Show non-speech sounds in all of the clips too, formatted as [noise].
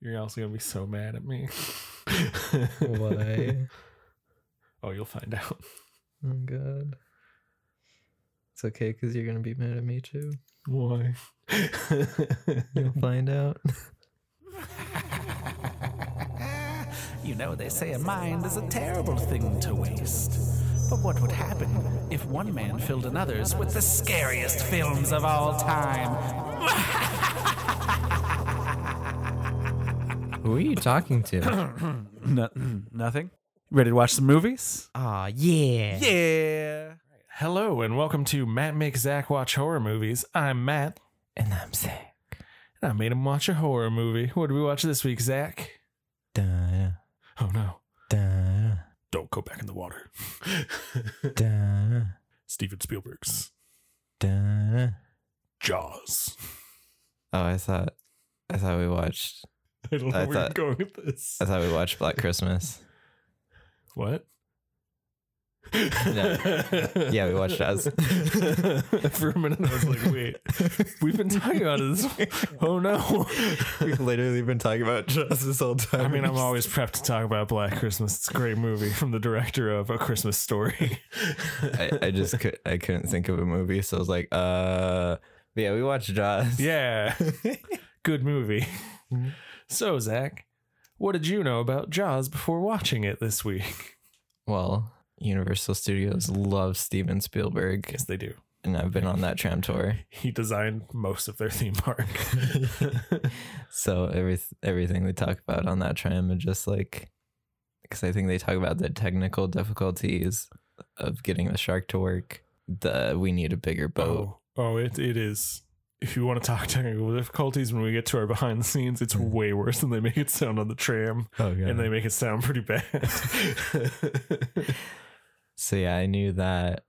You're also gonna be so mad at me. Why? [laughs] Oh, you'll find out. Oh god. It's okay because you're gonna be mad at me too. [laughs] Why? [laughs] You'll find out. You know, they say a mind is a terrible thing to waste. But what would happen if one man filled another's with the scariest films of all time? Who are you talking to? No, nothing. Ready to watch some movies? Aw, yeah. Yeah. Hello and welcome to Matt Make Zach Watch Horror Movies. I'm Matt, And I'm Zach. and I made him watch a horror movie. What did we watch this week, Zach? Da, Oh no. da, Don't go back in the water. da, [laughs] Steven Spielberg's da. Jaws. Oh, I thought, I thought we watched, I don't know I where thought- you're going with this. I thought we watched Black Christmas. What? [laughs] Yeah, we watched Jaws. For a minute, I was like, [laughs] wait, we've been talking about this. Oh no. We've literally been talking about Jaws this whole time. I mean, I'm always prepped to talk about Black Christmas. It's a great movie from the director of A Christmas Story. [laughs] [laughs] I, I just could, I couldn't think of a movie, so I was like, uh, but yeah, we watched [laughs] Jaws. yeah. [laughs] Good movie. So, Zach, what did you know about Jaws before watching it this week? Well, Universal Studios loves Steven Spielberg, Yes, they do. and I've been on that tram tour. He designed most of their theme [laughs] park. so every everything they talk about on that tram are just like because I think they talk about the technical difficulties of getting the shark to work. The we need a bigger boat. Oh, oh, it it is. If you want to talk [laughs] technical difficulties when we get to our behind the scenes, it's way worse than they make it sound on the tram, Oh, Mm. yeah. and they make it sound pretty bad. [laughs] so yeah, I knew that.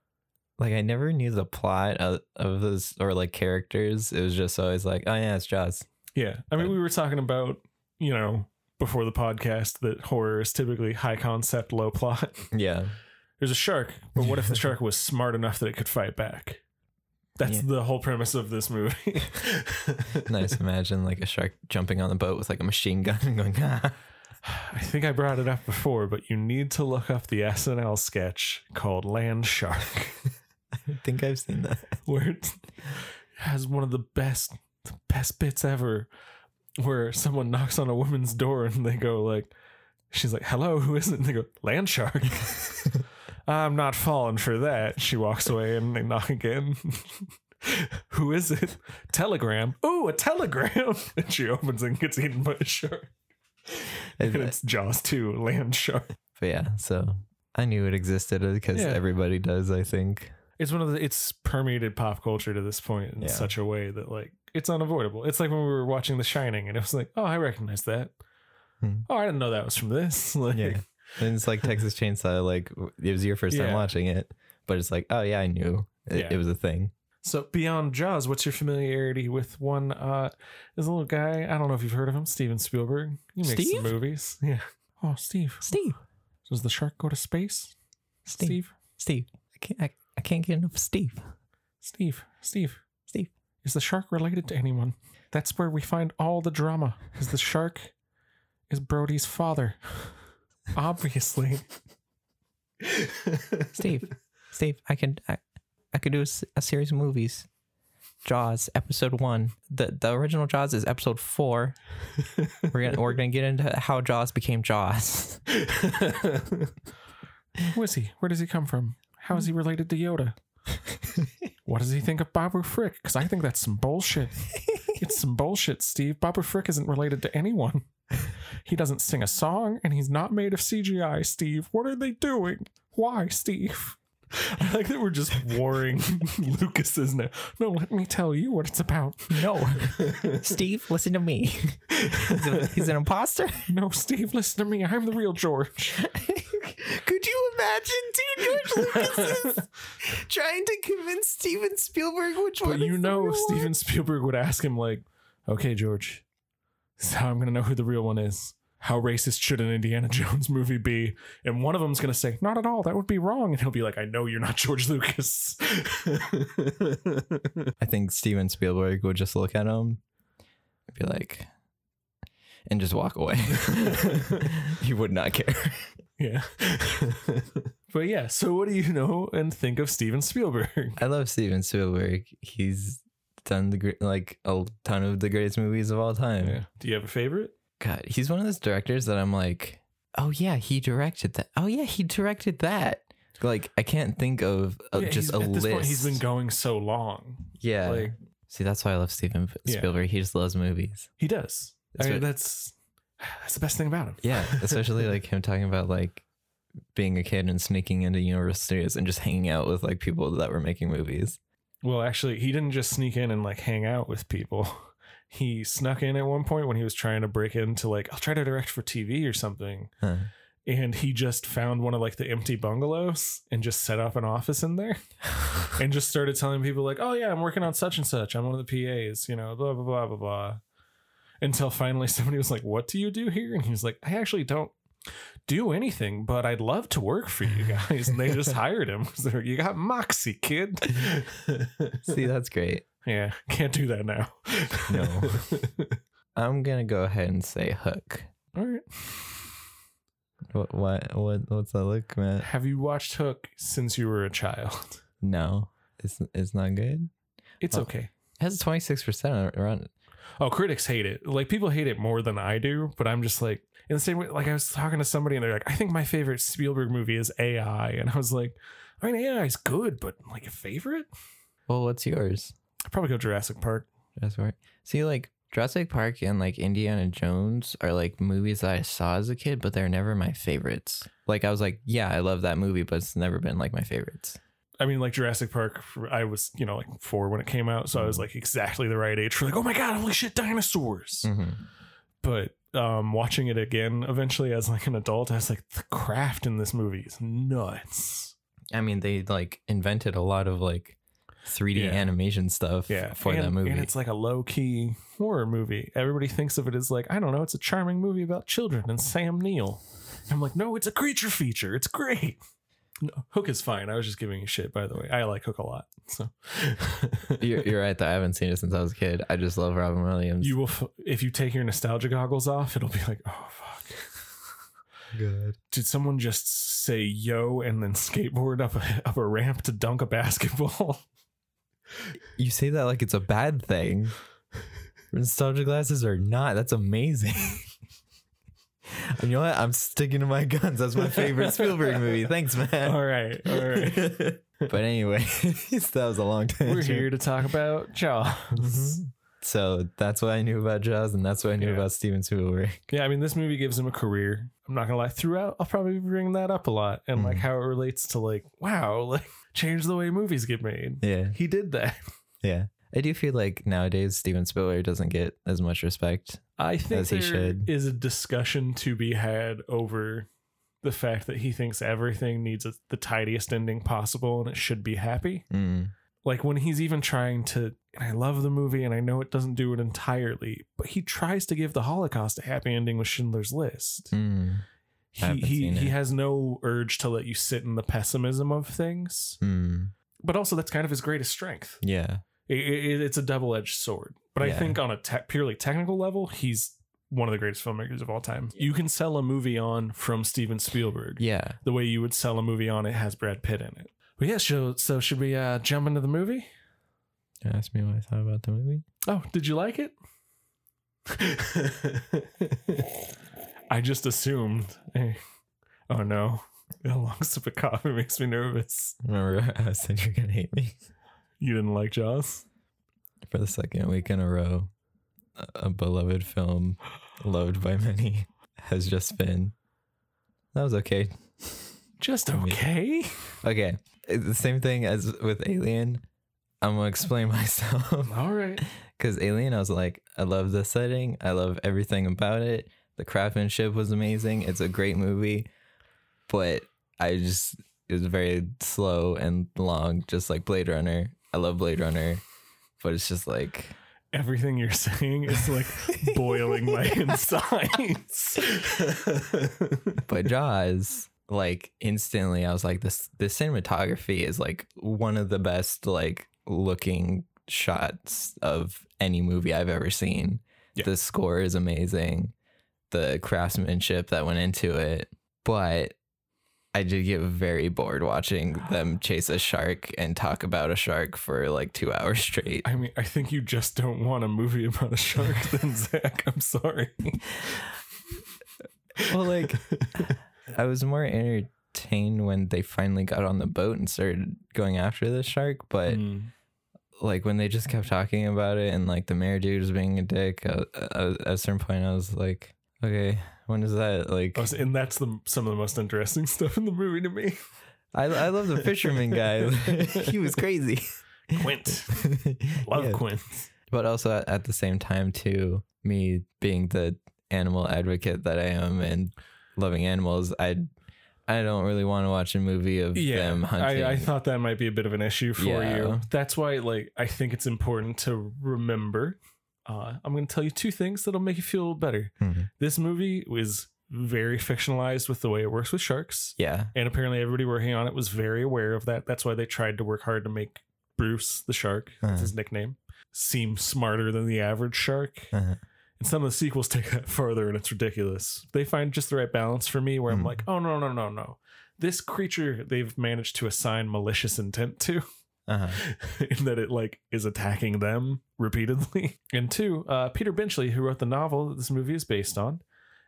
Like I never knew the plot of, of those or like characters. It was just always like, oh yeah, it's Jaws. yeah, I mean, we were talking about you know before the podcast that horror is typically high concept, low plot. Yeah, There's a shark, but what if the shark was smart enough that it could fight back? That's Yeah. the whole premise of this movie. [laughs] nice. [laughs] Imagine like a shark jumping on the boat with like a machine gun [laughs] and going, ah. [sighs] I think I brought it up before, but you need to look up the SNL sketch called Land Shark. [laughs] I think I've seen that. where it has one of the best the best bits ever where someone knocks on a woman's door and they go like she's like hello who is it and they go land shark i'm not falling for that she walks away and they knock again [laughs] who is it telegram ooh a telegram [laughs] and she opens and gets eaten by a shark [laughs] and it's jaws 2 land shark But yeah, so I knew it existed because Yeah. everybody does, I think. it's one of the it's permeated pop culture to this point in Yeah. such a way that like it's unavoidable. It's like when we were watching The Shining and it was like, oh, I recognize that. Hmm. Oh, I didn't know that was from this. [laughs] Like, Yeah. And it's like Texas Chainsaw, like it was your first Yeah. time watching it, but it's like, oh yeah, I knew it, Yeah. it was a thing. So beyond Jaws, what's your familiarity with one? Uh, there's a little guy. I don't know if you've heard of him, Steven Spielberg. He makes Steve? some movies. [laughs] Yeah. Oh, Steve. Steve, Does the shark go to space? Steve. Steve. Steve, I can't, I, I can't get enough of Steve. Steve. Steve. Steve. Is the shark related to anyone? That's where we find all the drama. Is the shark is Brody's father. [laughs] Obviously. Steve, [laughs] Steve, I can, I, I could do a, s- a series of movies. Jaws, episode one. The the original Jaws is episode four. [laughs] We're gonna we're gonna get into how Jaws became Jaws. [laughs] Who is he? Where does he come from? How is he related to [laughs] Yoda? what does he think of Babu Frick? Because I think that's some bullshit. it's some bullshit, Steve. Babu Frick isn't related to anyone. He doesn't sing a song, and he's not made of CGI, Steve. What are they doing? Why, Steve? I like that we're just [laughs] warring Lucas's now. No, let me tell you what it's about. [laughs] No, Steve, listen to me. [laughs] He's, a- he's an imposter. No, Steve, listen to me. I'm the real George. [laughs] Could you imagine two George [laughs] Lucas trying to convince Steven Spielberg which But you know, Steven Spielberg would ask him, like, okay, George, this is how I'm going to know who the real one is. How racist should an Indiana [laughs] Jones movie be? And one of them's going to say, not at all. That would be wrong. And he'll be like, I know you're not [laughs] George Lucas. [laughs] I think Steven Spielberg would just look at him and be like, and just walk away. [laughs] you would not care. Yeah. but yeah, so what do you know and think of Steven Spielberg? I love Steven Spielberg. He's done the great, like a ton of the greatest movies of all time. Do you have a favorite? God, he's one of those directors that I'm like, oh yeah, he directed that. Oh yeah, he directed that. Like I can't think of uh, Yeah, just he's- a at list. this point, he's been going so long. yeah. Like See, that's why I love Steven P- Yeah. Spielberg. He just loves movies. he does. I That's mean, right. that's [sighs] that's the best thing about him. Yeah, especially like him talking about like being a kid and sneaking into universities and just hanging out with like people that were making movies. Well, actually, he didn't just sneak in and like hang out with people. He snuck in at one point when he was trying to break into like I'll try to direct for TV or something, Huh. and he just found one of like the empty bungalows and just set up an office in [laughs] there. and just started telling people like, "Oh yeah, I'm working on such and such. I'm one of the PAs, you know, blah blah blah blah blah." Until finally [laughs] somebody was like, "What do you do here?" And he was like, "I actually don't do anything, but I'd love to work for you guys." And they [laughs] just hired him. [laughs] So they're like, you got moxie, kid. See, that's great. yeah, can't do that now. No. [laughs] I'm gonna go ahead and say Hook. All right. What? What? what what's that look, Matt? Have you watched Hook since you were a child? [laughs] No, it's it's not good. It's Oh. okay. It has twenty six percent around. Oh, critics hate it. Like people hate it more than I do, but I'm just like in the same way. Like I was talking to somebody and they're like, I think my favorite Spielberg movie is AI, and I was like, I mean, AI is good, but like a favorite, Well, what's yours? I'd probably go Jurassic Park. That's right. See, like Jurassic Park and like Indiana Jones are like movies that I saw as a kid, but they're never my favorites. Like I was like, yeah, I love that movie, but it's never been like my favorites. I mean, like Jurassic Park, I was you know like four when it came out, so I was like exactly the right age for like, oh my god, holy shit, dinosaurs. But um watching it again eventually as like an adult, I was like, the craft in this movie is nuts. I mean, they like invented a lot of like 3D Yeah. animation stuff yeah for and, that movie. and it's like a low-key horror movie everybody thinks of it as like i don't know it's a charming movie about children and sam neill i'm like no it's a creature feature it's great no, hook is fine i was just giving you shit by the way i like hook a lot [laughs] so you're, you're right though. I haven't seen it since I was a kid. I just love Robin Williams. you will f- if you take your nostalgia goggles off it'll be like oh fuck good. did someone just say yo and then skateboard up a, up a ramp to dunk a basketball [laughs] You say that like it's a bad thing. Nostalgia glasses are not. That's amazing. [laughs] And you know what? I'm sticking to my guns. That's my favorite Spielberg [laughs] movie. Thanks, man. all right all [laughs] right but anyway, [laughs] that was a long time. we're here to talk about jaws Mm-hmm. So that's what I knew about Jaws, and that's what I knew Yeah. about Steven Spielberg. [laughs] Yeah, I mean, this movie gives him a career. I'm not gonna lie. Throughout, I'll probably be bringing that up a lot and like Mhm. how it relates to like, wow, [laughs] like change the way movies get made. Yeah, He did that. yeah. I do feel like nowadays Steven Spielberg doesn't get as much respect. I think As he there is should. a discussion to be had over the fact that he thinks everything needs a, the tidiest ending possible and it should be happy. Mm. Like when he's even trying to, and I love the movie and I know it doesn't do it entirely, but he tries to give the Holocaust a happy ending with Schindler's List. Mm. I he haven't he, seen he it. has no urge to let you sit in the pessimism of things Mm. but also that's kind of his greatest strength Yeah. I- I- it's a double-edged sword but i Yeah. think on a te- purely technical level he's one of the greatest filmmakers of all time you can sell a movie on from steven spielberg Yeah. the way you would sell a movie on it has brad pitt in it but yeah so, so should we uh, jump into the movie You asked me what I thought about the movie. oh did you like it i just assumed [laughs] eh. oh no a long sip of coffee makes me nervous Remember, [laughs] I said you're gonna hate me [laughs] You didn't like Jaws? for the second week in a row. a- A beloved film, loved by many, [laughs] has just been. That was okay. Just I mean- okay. Okay, it's the same thing as with Alien. I'm gonna explain [laughs] myself All right. because Alien, I was like, I love the setting, I love everything about it. The craftsmanship was amazing. It's a great movie, but I just it was very slow and long, just like Blade Runner. I love Blade Runner, but it's just like Everything you're saying is like boiling [laughs] my [laughs] insides. but Jaws, like instantly, I was like, this the cinematography is like one of the best like looking shots of any movie I've ever seen. Yeah. The score is amazing. the craftsmanship that went into it, but I did get very bored watching them chase a shark and talk about a shark for like two hours straight. I mean, I think you just don't want a movie about a shark, [laughs] then Zach. I'm sorry. Well, like I was more entertained when they finally got on the boat and started going after the shark, but Mm. like when they just kept talking about it and like the mayor dude was being a dick, I, I, at a certain point I was like, okay, when is that? Like, I was- and that's the some of the most interesting stuff in the movie to me. I, I love the [laughs] fisherman guy. [laughs] he was [laughs] crazy. Quint, love Yeah. Quint. But also at, at the same time, too, me being the animal advocate that I am and loving animals, I I don't really want to watch a movie of them hunting. I, I thought that might be a bit of an issue for Yeah. you. That's why, like, I think it's important to remember. Uh, I'm going to tell you two things that'll make you feel better. Mhm. This movie was very fictionalized with the way it works with sharks, Yeah. and apparently everybody working on it was very aware of that. That's why they tried to work hard to make Bruce the shark, Uh-huh. that's his nickname, seem smarter than the average shark. Uh-huh. And some of the sequels [laughs] take that further, and it's ridiculous. They find just the right balance for me, where I'm Hmm. like, oh no, no, no, no. This creature they've managed to assign malicious intent to, [laughs] Uh-huh. in that it like is attacking them repeatedly. [laughs] And two, uh, Peter Benchley, who wrote the novel that this movie is based on,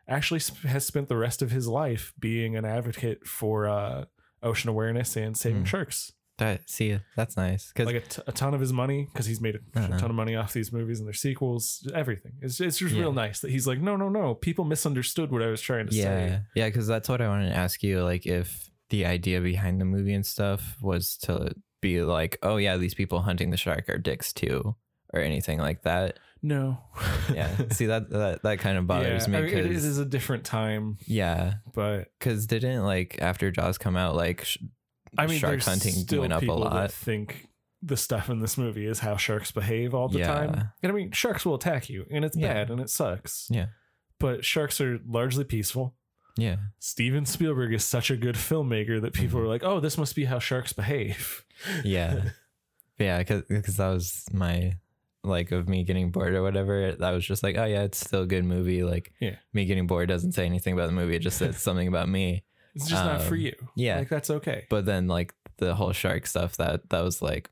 actually sp- has spent the rest of his life being an advocate for uh, ocean awareness and saving Hmm. sharks. That, see, that's nice. Because Like a, t- a ton of his money, because he's made a Uh-huh. ton of money off these movies and their sequels, everything. It's, it's just Yeah. real nice that he's like, no, no, no, people misunderstood what I was trying to yeah say. yeah because that's what i wanted to ask you like if the idea behind the movie and stuff was to be like oh yeah these people hunting the shark are dicks too or anything like that No. [laughs] yeah [laughs] see that that, that kind of bothers Yeah, I me mean, it- it because is a different time, yeah but because didn't like after jaws come out like sh- I mean, shark there's hunting still went up a people lot. That think the stuff in this movie is how sharks behave all the Yeah. time. And I mean, sharks will attack you, and it's Yeah. bad and it sucks. Yeah. But sharks are largely peaceful. yeah Steven Spielberg is such a good filmmaker that people Mhm. are like, "Oh, this must be how sharks behave." yeah [laughs] yeah because that was my like of me getting bored or whatever that was just like oh yeah it's still a good movie like Yeah. me getting bored doesn't say anything about the movie it just [laughs] says something about me It's just not for Um, you. yeah Like that's okay. but then like the whole shark stuff that that was like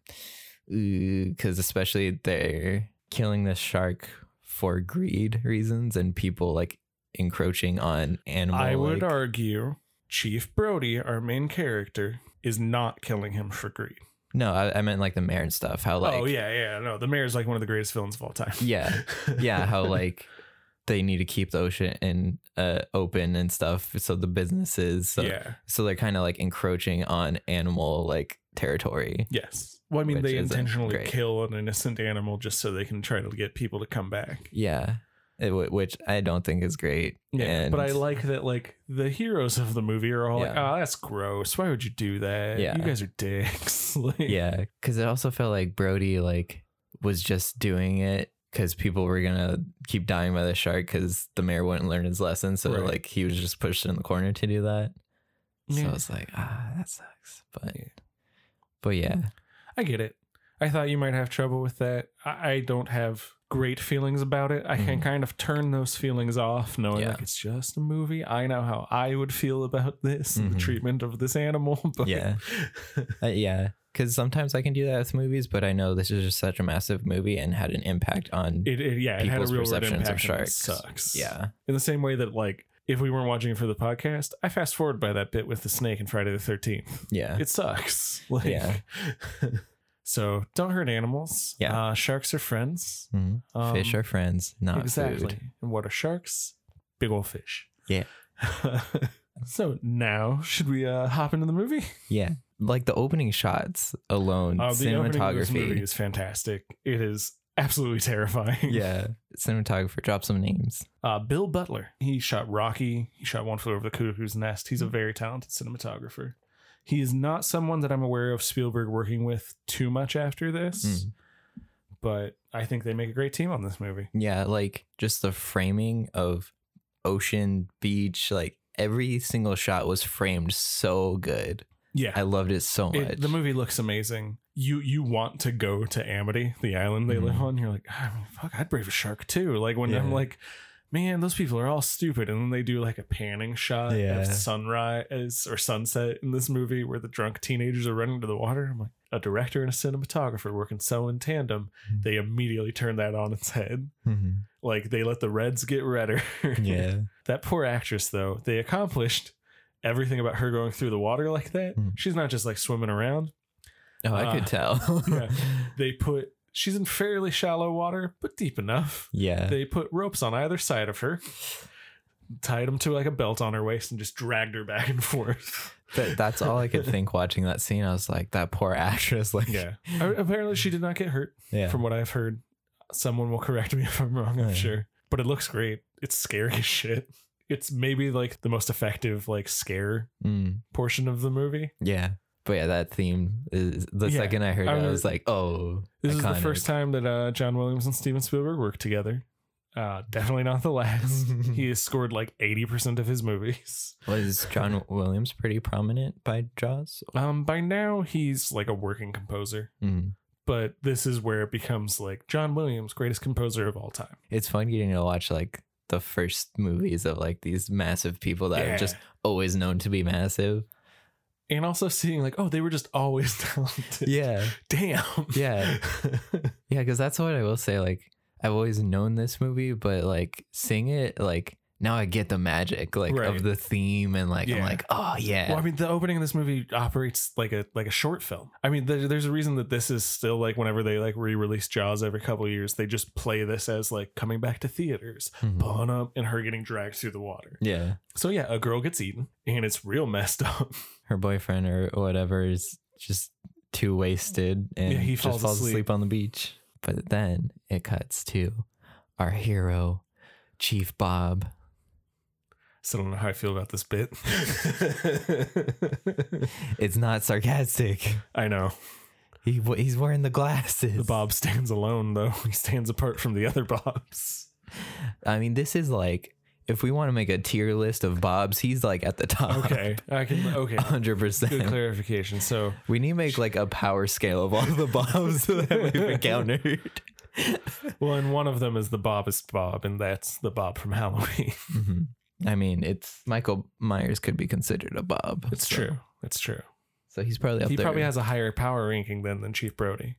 because especially they're killing the shark for greed reasons and people like encroaching on animal I would like- argue Chief Brody, our main character, is not killing him for greed. no I, I meant like the mayor and stuff how like oh yeah, yeah. No, the mayor's like one of the greatest villains of all time. [laughs] yeah yeah how like they need to keep the ocean and uh open and stuff so the businesses so, yeah. so they're kind of like encroaching on animal like territory Yes. Well, I mean, Which they isn't intentionally great. kill an innocent animal just so they can try to get people to come back. yeah it, w- which i don't think is great Yeah. and but I like that, like, the heroes of the movie are all like, Yeah. oh, that's gross. Why would you do that? Yeah. You guys are dicks. [laughs] like, yeah because it also felt like brody like was just doing it because people were gonna keep dying by the shark because the mayor wouldn't learn his lesson so Right. like he was just pushed in the corner to do that so Yeah. i was like ah that sucks but but yeah I get it. I thought you might have trouble with that. I, I don't have great feelings about it. I can Mhm. kind of turn those feelings off knowing Yeah. like it's just a movie. I know how I would feel about this and Mhm. the treatment of this animal. [laughs] But Yeah. uh, yeah because sometimes i can do that with movies but i know this is just such a massive movie and had an impact on It, it yeah, it had a People's real world perceptions of impact. and it sharks. sucks. yeah In the same way that like if we weren't watching it for the podcast, I fast forward by that bit with the snake in Friday the [laughs] thirteenth. yeah It sucks. [laughs] Like Yeah. So don't hurt animals. Yeah. Uh, sharks are friends. Mhm. Um, fish are friends not Exactly. food And what are sharks? Big old fish. Yeah. [laughs] so now should we uh hop into the movie? yeah like the opening shots alone Uh, the opening of this cinematography movie is fantastic. It is absolutely terrifying. [laughs] yeah cinematographer drop some names Uh, Bill Butler. He shot Rocky. He shot One Flew Over the Cuckoo's Nest. He's a very talented cinematographer. He is not someone that I'm aware of Spielberg working with too much after this, Mm. but I think they make a great team on this movie. yeah like just the framing of ocean beach like every single shot was framed so good i Yeah, loved it so much It- the movie looks amazing. You you want to go to Amity, the island they live Mhm. "Ah, on? You're like, I mean, fuck, I'd brave a shark too. Like when I'm Yeah. like, man, those people are all stupid. And then they do like a panning shot Yeah. of sunrise or sunset in this movie where the drunk teenagers are running to the water. I'm like, a director and a cinematographer working so in tandem, Mhm. they immediately turn that on its head. Like they let the reds get redder. Mm-hmm. Yeah. [laughs] That poor actress, though, they accomplished everything about her going through the water like that. Hmm. She's not just like swimming around. Oh, I Uh, could tell. [laughs] yeah. They put, she's in fairly shallow water, but deep enough. [laughs] yeah. They put ropes on either side of her, tied them to like a belt on her waist, and just dragged her back and [laughs] forth. That, that's all I could think watching that scene. I was like, that poor actress. [laughs] Like, Yeah. A- Apparently, she did not get hurt, yeah. from what I've heard. Someone will correct me [laughs] if I'm wrong, I'm Yeah. sure. But it looks great. It's scary as shit. It's maybe like the most effective, like, scare Mm, portion of the movie. yeah. But yeah, that theme is the Yeah. second I heard I it, I remember- was like, oh, This is the iconic. first time that uh, John Williams and Steven Spielberg worked together. Uh, definitely not the last. [laughs] he has scored like 80% of his movies. Was John Williams pretty prominent by Jaws? Um, by now, he's like a working composer, Mm. but this is where it becomes like John Williams, greatest composer of all time. It's fun getting to watch like the first movies of like these massive people that are just always known to be massive. And also seeing like, oh, they were just always [laughs] talented. Yeah. Damn. Yeah. [laughs] Yeah, because that's what I will say. Like, I've always known this movie, but like, sing it, like, now I get the magic, like, Right. of the theme, and like, I'm Yeah. like, oh yeah, Well, I mean, the opening of this movie operates like a like a short film. I mean, there, there's a reason that this is still like whenever they like re-release Jaws every couple of years, they just play this as like coming back to theaters, Mhm. bun up, and her getting dragged through the water. yeah. So yeah, a girl gets eaten, and it's real messed up. [laughs] Her boyfriend or whatever is just too wasted, and Yeah, he just falls falls asleep. asleep. on the beach. But then it cuts to our hero, Chief Bob. Still don't know how I feel about this bit. [laughs] It's not sarcastic. I know He he's wearing the glasses. the Bob stands alone though; [laughs] he stands apart from the other Bobs. I mean, this is like if we want to make a tier list of Bobs, he's like at the top. [laughs] Okay, I can. [laughs] Okay, [laughs] Hundred good percent. clarification. So We need to make like a power scale of all the bombs that [laughs] we've encountered. Well, and one of them is the Bobist Bob, and that's the Bob from Halloween. [laughs] Mm-hmm. I mean, it's Michael Myers could be considered a Bob. so- It's true. So he's probably up he there. probably has a higher power ranking than, than Chief Brody,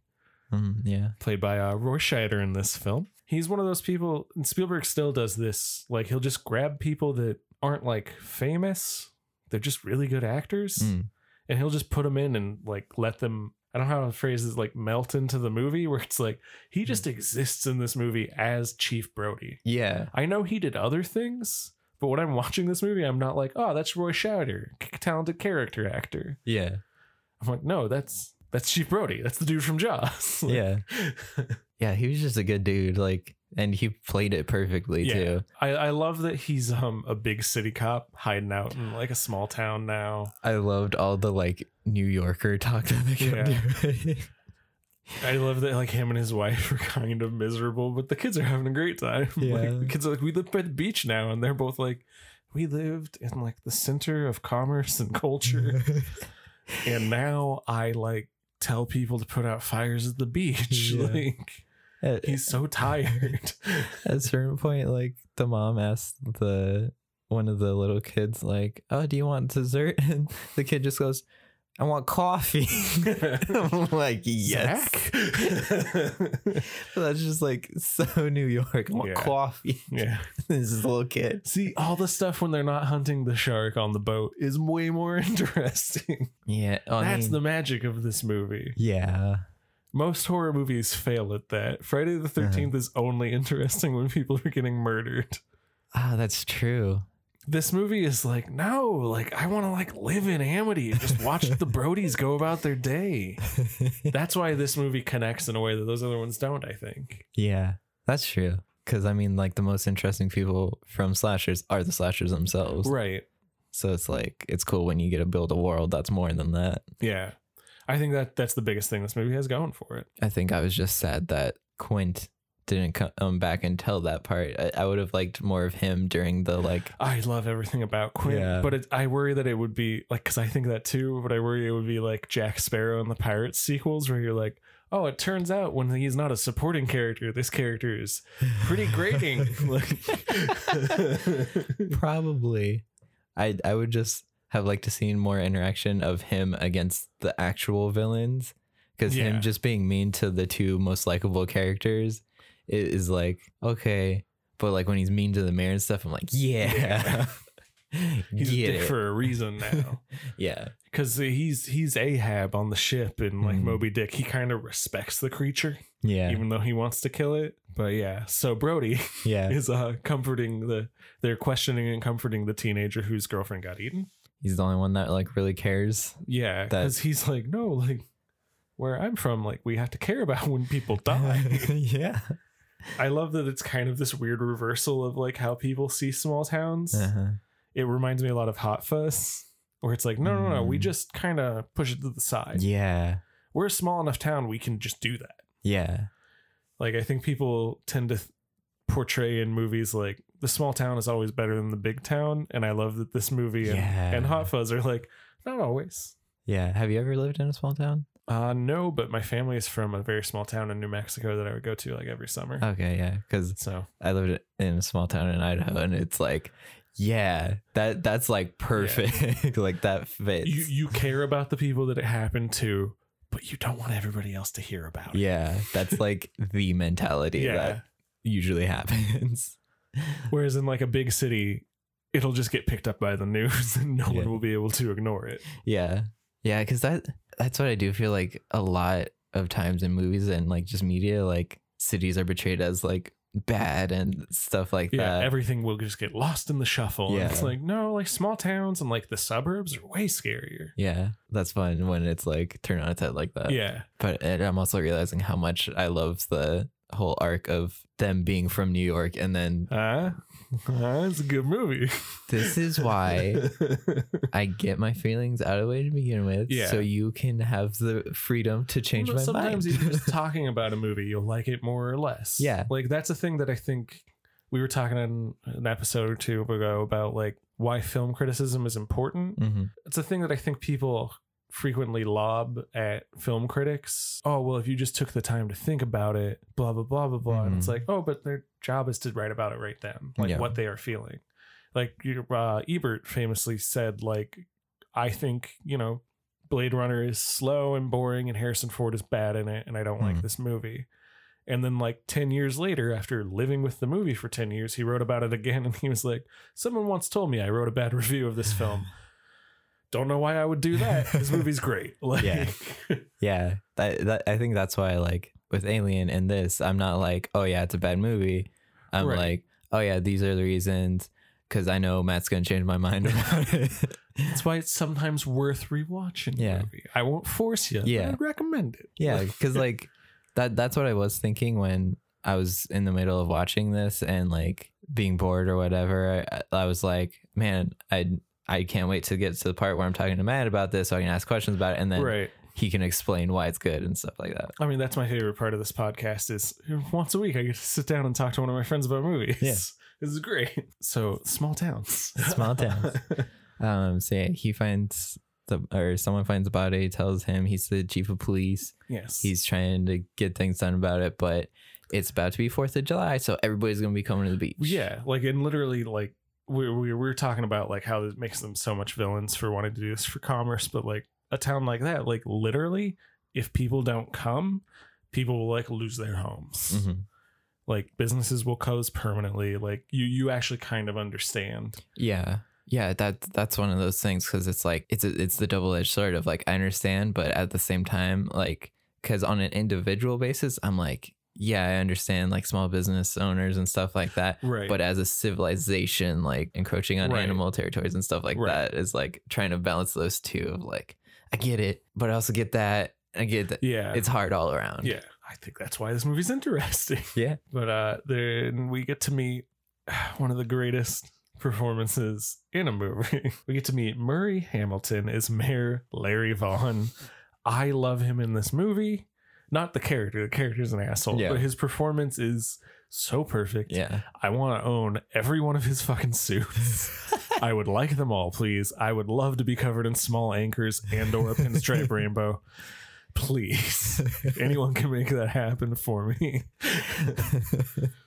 Mhm, yeah. played by uh, Roy Scheider in this film. He's one of those people, and Spielberg still does this. Like, he'll just grab people that aren't like famous, they're just really good actors, Mm. and he'll just put them in and like let them. I don't know how to phrase this, like melt into the movie, where it's like he just exists in this movie as Chief Brody. Yeah. I know he did other things, but when I'm [laughs] watching this movie, I'm not like, oh, that's Roy Scheider, c- talented character actor. Yeah. I'm like, no, that's that's Chief Brody. That's the dude from Jaws. [laughs] [laughs] Like, Yeah. Yeah. He was just a good dude. Like, and he played it perfectly Yeah. too. I, I love that he's um a big city cop hiding out in like a small town now. I loved all the like New Yorker talk that they kept doing. I love that like him and his wife [laughs] are kind of miserable, but the kids are having a great time. [laughs] Yeah. Like, the kids are like, we live by the beach now, and they're both like, we lived in like the center of commerce and culture. [laughs] [laughs] and now I like tell people to put out fires at the beach. [laughs] Yeah. Like At- he's so tired. at a certain point, like the mom asked the one of the little kids, like, "Oh, do you want dessert?" [laughs] And the kid just goes, "I want coffee." [laughs] I'm [laughs] like, [laughs] "Yes." Zach? [laughs] That's just like [laughs] so New York. I want Yeah. coffee. yeah. [laughs] this is a little kid. See, all the stuff when they're not hunting the shark on the boat is way more [laughs] interesting. Yeah, I That's mean, the magic of this movie. yeah. Most horror movies fail at that. Friday Uh-huh. the 13th is only [laughs] interesting when people are getting murdered. Ah, that's [laughs] true. this movie is like no like i want to like live in amity and just watch [laughs] the brodies go about their day that's why this movie connects in a way that those other ones don't i think Yeah, that's true. Because I mean, like the most interesting people from slashers are the slashers themselves. right So it's like it's cool when you get to build a world that's more than that. yeah i think that that's the biggest thing this movie has going for it I think I was just sad that Quint didn't co- come back and tell that part. I, I would have liked more of him during the like. i love everything about quinn Yeah. but it, i worry that it would be like because i think that too but i worry it would be like jack sparrow in the pirates sequels where you're like oh, it turns out when he's not a supporting character, this character is [laughs] pretty grating. like, Probably. I I would just have liked to seen more interaction of him against the actual villains because Yeah. him just being mean to the two most likable characters i- is, like okay, but like when he's mean to the mayor and stuff, I'm like yeah, [laughs] he's Get a dick it. for a reason [laughs] now. yeah, Because he's he's Ahab on the ship in like Mhm. Moby Dick. He kind of respects the creature, yeah, even though he wants to kill it. But yeah, so Brody [laughs] yeah. is uh, comforting the they're questioning and comforting the teenager whose girlfriend got eaten. He's the only one that like really cares. Yeah, That- because he's like, no, like where I'm from, like we have to care about [laughs] when people [laughs] die. yeah. I love that it's kind of this weird reversal of like how people see small towns. Uh-huh. It reminds me a lot of Hot Fuzz, where it's like, no, no, no, we Mm. just kind of push it to the side. Yeah. We're a small enough town, we can just do that. Yeah. Like I think people tend to th- portray in movies like the small town is always better than the big town, and I love that this movie and, Yeah. and Hot Fuzz are like not always. Yeah. Have you ever lived in a small town? Uh, no, but my family is from a very small town in New Mexico that I would go to like every summer. Okay. Yeah. Because so I lived in a small town in Idaho, and it's like, yeah, that that's like perfect. [laughs] like that fits. you you care about the people that it happened to, but you don't want everybody else to hear about it. yeah. That's like the mentality that usually happens. Whereas in like a big city, it'll just get picked up by the [laughs] news and no Yeah. one will be able to ignore it. Yeah. Yeah, cuz that that's what I do feel like a lot of times in movies and like just media like cities are portrayed as like bad and stuff like Yeah, that. everything will just get lost in the shuffle. And it's Yeah. like no, like small towns and like the suburbs are way scarier. yeah. That's fun when it's like turned on its head like that. yeah, But and I'm also realizing how much I love the whole arc of them being from New York and then uh, [laughs] uh, it's a good movie. this [laughs] is why I get my feelings out of the way to begin with Yeah. so you can have the freedom to change Well, my sometimes mind. even just [laughs] talking about a movie you'll like it more or less Yeah. like that's a thing that i think we were talking in an episode or two ago about like why film criticism is important hmm it's a thing that i think people frequently lob at film critics oh well if you just took the time to think about it blah blah blah blah blah and it's Mhm. like oh but their job is to write about it right then like Yeah. what they are feeling like you- uh, ebert famously said like i think you know blade runner is slow and boring and harrison ford is bad in it and i don't like Mhm. this movie and then like 10 years later after living with the movie for 10 years he wrote about it again and he was like someone once told me i wrote a bad [laughs] review of this film don't know why i would do that [laughs] this movie's great [laughs] like Yeah. Yeah, that, that I think that's why like with Alien and this, I'm not like, oh yeah, it's a bad movie. I'm Right. like, oh yeah, these are the reasons because I know Matt's gonna change my mind [laughs] about it. that's why it's sometimes worth rewatching the Yeah. movie i won't force you Yeah. yeah i'd recommend it yeah, because like that that's what I was thinking when I was in the middle of watching this and like being bored or whatever. I, I was like, man, I I can't wait to get to the part where I'm talking to Matt about this so I can ask questions about it and [laughs] then right he can explain why it's good and stuff like that. i mean that's my favorite part of this podcast is once a week i get to sit down and talk to one of my friends about movies Yeah. [laughs] this is great so small towns Small towns. Um, so yeah, he finds the or someone finds a body, tells him he's the chief of police. [laughs] yes He's trying to get things done about it, but it's about to be Fourth of July, so everybody's gonna be coming to the beach. Yeah, like and literally like we we we were talking about like how this makes them so much villains for wanting to do this for commerce, but like a town like that, like literally, if people don't come, people will like lose their homes. Mhm. Like businesses will close permanently. Like you you actually kind of understand. yeah, yeah. That that's one of those things because it's like it's a, it's the double edged sword of like I understand, but at the same time, like because on an individual basis, I'm like, yeah, I understand like small business owners and stuff like that, Right. but as a civilization like encroaching on Right. animal territories and stuff like Right. that is like trying to balance those two of like i get it but i also get that i get that yeah. it's hard all around yeah. I think that's why this movie's [laughs] interesting. Yeah. But uh then we get to meet [sighs] one of the greatest [laughs] performances in a movie. [laughs] We get to meet Murray Hamilton as Mayor Larry Vaughn. I love him in this movie. Not the character, the character's an asshole, Yeah. but his performance is so perfect. [laughs] yeah [laughs] I want to own every one of his fucking suits. I would like them all, please. I would love to be covered in small anchors and or a pinstripe rainbow. please. If anyone can make that happen for me.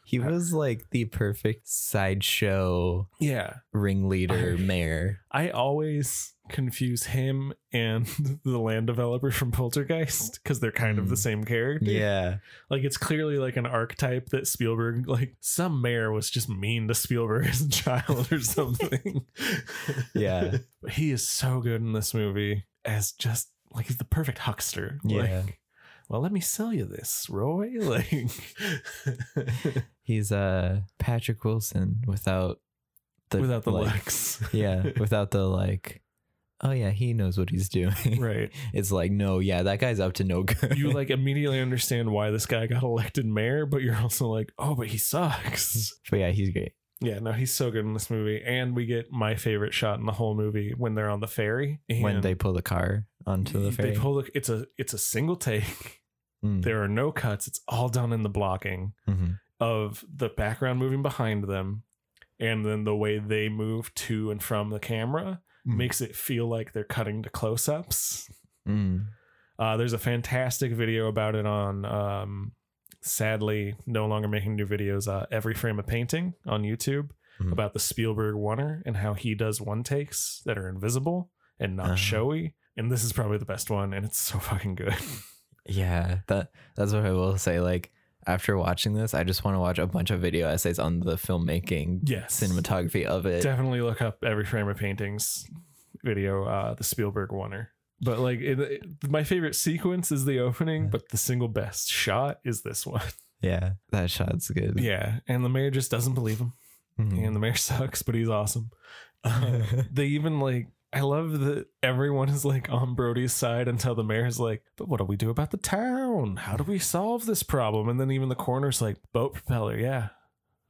he was like the perfect sideshow Yeah. [laughs] ringleader mayor. I always confuse him and [laughs] the land developer from Poltergeist because they're kind of the Mm. same character. Yeah. Like it's clearly like an archetype that Spielberg, like some mayor was just mean to Spielberg as a child [laughs] or something. [laughs] Yeah. But he is so good in this movie as just like he's the perfect huckster. Yeah. Like, well, let me sell you this, Roy. [laughs] Like, He's uh Patrick Wilson without the without the like, Lex. [laughs] yeah, without the like oh yeah, he knows what he's doing. right. [laughs] It's like, no, yeah, that guy's up to no good. You like immediately understand why this guy got elected mayor, but you're also like, oh, but he sucks. [laughs] but yeah, he's great. Yeah, no, he's so good in this movie. And we get my favorite shot in the whole movie when they're on the ferry. And when they pull the car onto the ferry. They pull the, it's a it's a single take. Mm, There are no cuts. It's all done in the blocking mhm. of the background moving behind them. And then the way they move to and from the camera Mm. makes it feel like they're cutting to close ups. Mm. Uh, there's a fantastic video about it on, um, sadly, no longer making new videos. Uh, Every frame a painting on YouTube Mhm. about the Spielberg oneer and how he does one takes that are invisible and not Ah. showy. And this is probably the best one, and it's so fucking good. [laughs] Yeah, that that's what I will say. Like after watching this, I just want to watch a bunch of video essays on the filmmaking yes, cinematography of it. Definitely look up Every Frame of Paintings video, uh, the Spielberg oneer. But like, it, it- my favorite sequence is the opening, but the single best shot is this [laughs] one. Yeah, that shot's good. Yeah, and the mayor just doesn't believe him. Mhm. and the mayor [laughs] sucks, but he's awesome. Uh, they even like, I love that everyone is like on Brody's side until the mayor's like, but what do we do about the town? How do we solve this problem? And then even the coroner's like, boat propeller, yeah.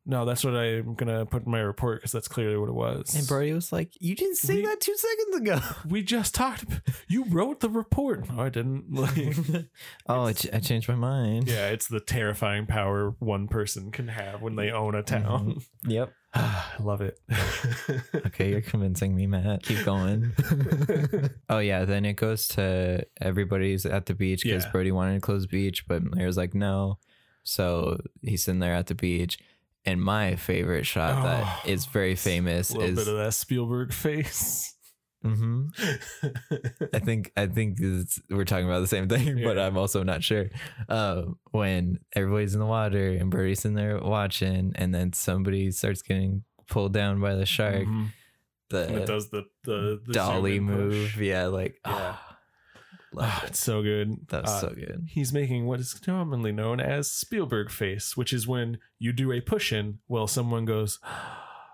No, that's what I'm gonna put in my report because that's clearly what it was. [laughs] And Brody was like, "You didn't say We- that two seconds ago." we just talked. You wrote the report. No, I didn't. [laughs] [laughs] Like, [laughs] oh, I, ch- I changed my mind. yeah, it's the terrifying power one person can have when they own a town. Mm-hmm. Yep. [sighs] I love [laughs] it. Okay, you're convincing me, Matt. [laughs] Keep going. oh yeah, then it goes to everybody's at the beach because Yeah. Brody wanted to close the beach, but Mayor's like, no. So he's sitting there at the beach. And my favorite shot that Oh, is very famous A little is bit of that Spielberg face. hmm [laughs] I think I think it's, we're talking about the same thing, [laughs] but Yeah. I'm also not sure. Uh, when everybody's in the water and Brody's in there watching, and then somebody starts getting pulled down by the shark, Mhm. And it the does the the, the dolly zoom in move, push. yeah, like Yeah. ah, Ah, love it. it's so good. That was Uh, so good. [laughs] He's making what is commonly known as Spielberg face, which is when you do a push in while someone goes [gasps]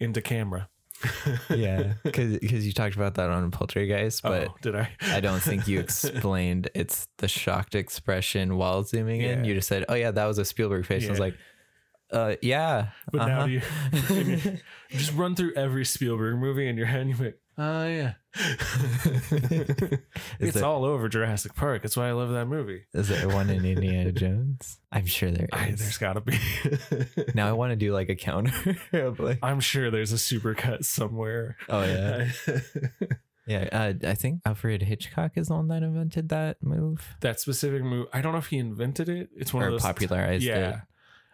into camera. [laughs] Yeah, because you talked about that on Poltergeist, but oh, did I? I don't [laughs] think you explained it's the shocked expression while zooming in. Yeah. You just said, "Oh yeah, that was a Spielberg face." I was Yeah. like, "Uh, yeah." But now [laughs] do [laughs] uh-huh." Just run through every Spielberg movie in your head and you're like, oh, yeah. Is it's there- all over Jurassic Park. That's why I love that movie. Is there one in [laughs] Indiana Jones? I'm sure there I, is. there's got to [laughs] be. now I want to do like a counter. [laughs] of like, I'm sure there's a supercut somewhere. oh yeah, yeah. Uh, I think Alfred Hitchcock is the one that invented that move [laughs] that specific move. I don't know if he invented it. It's one of or those. popularized yeah. it.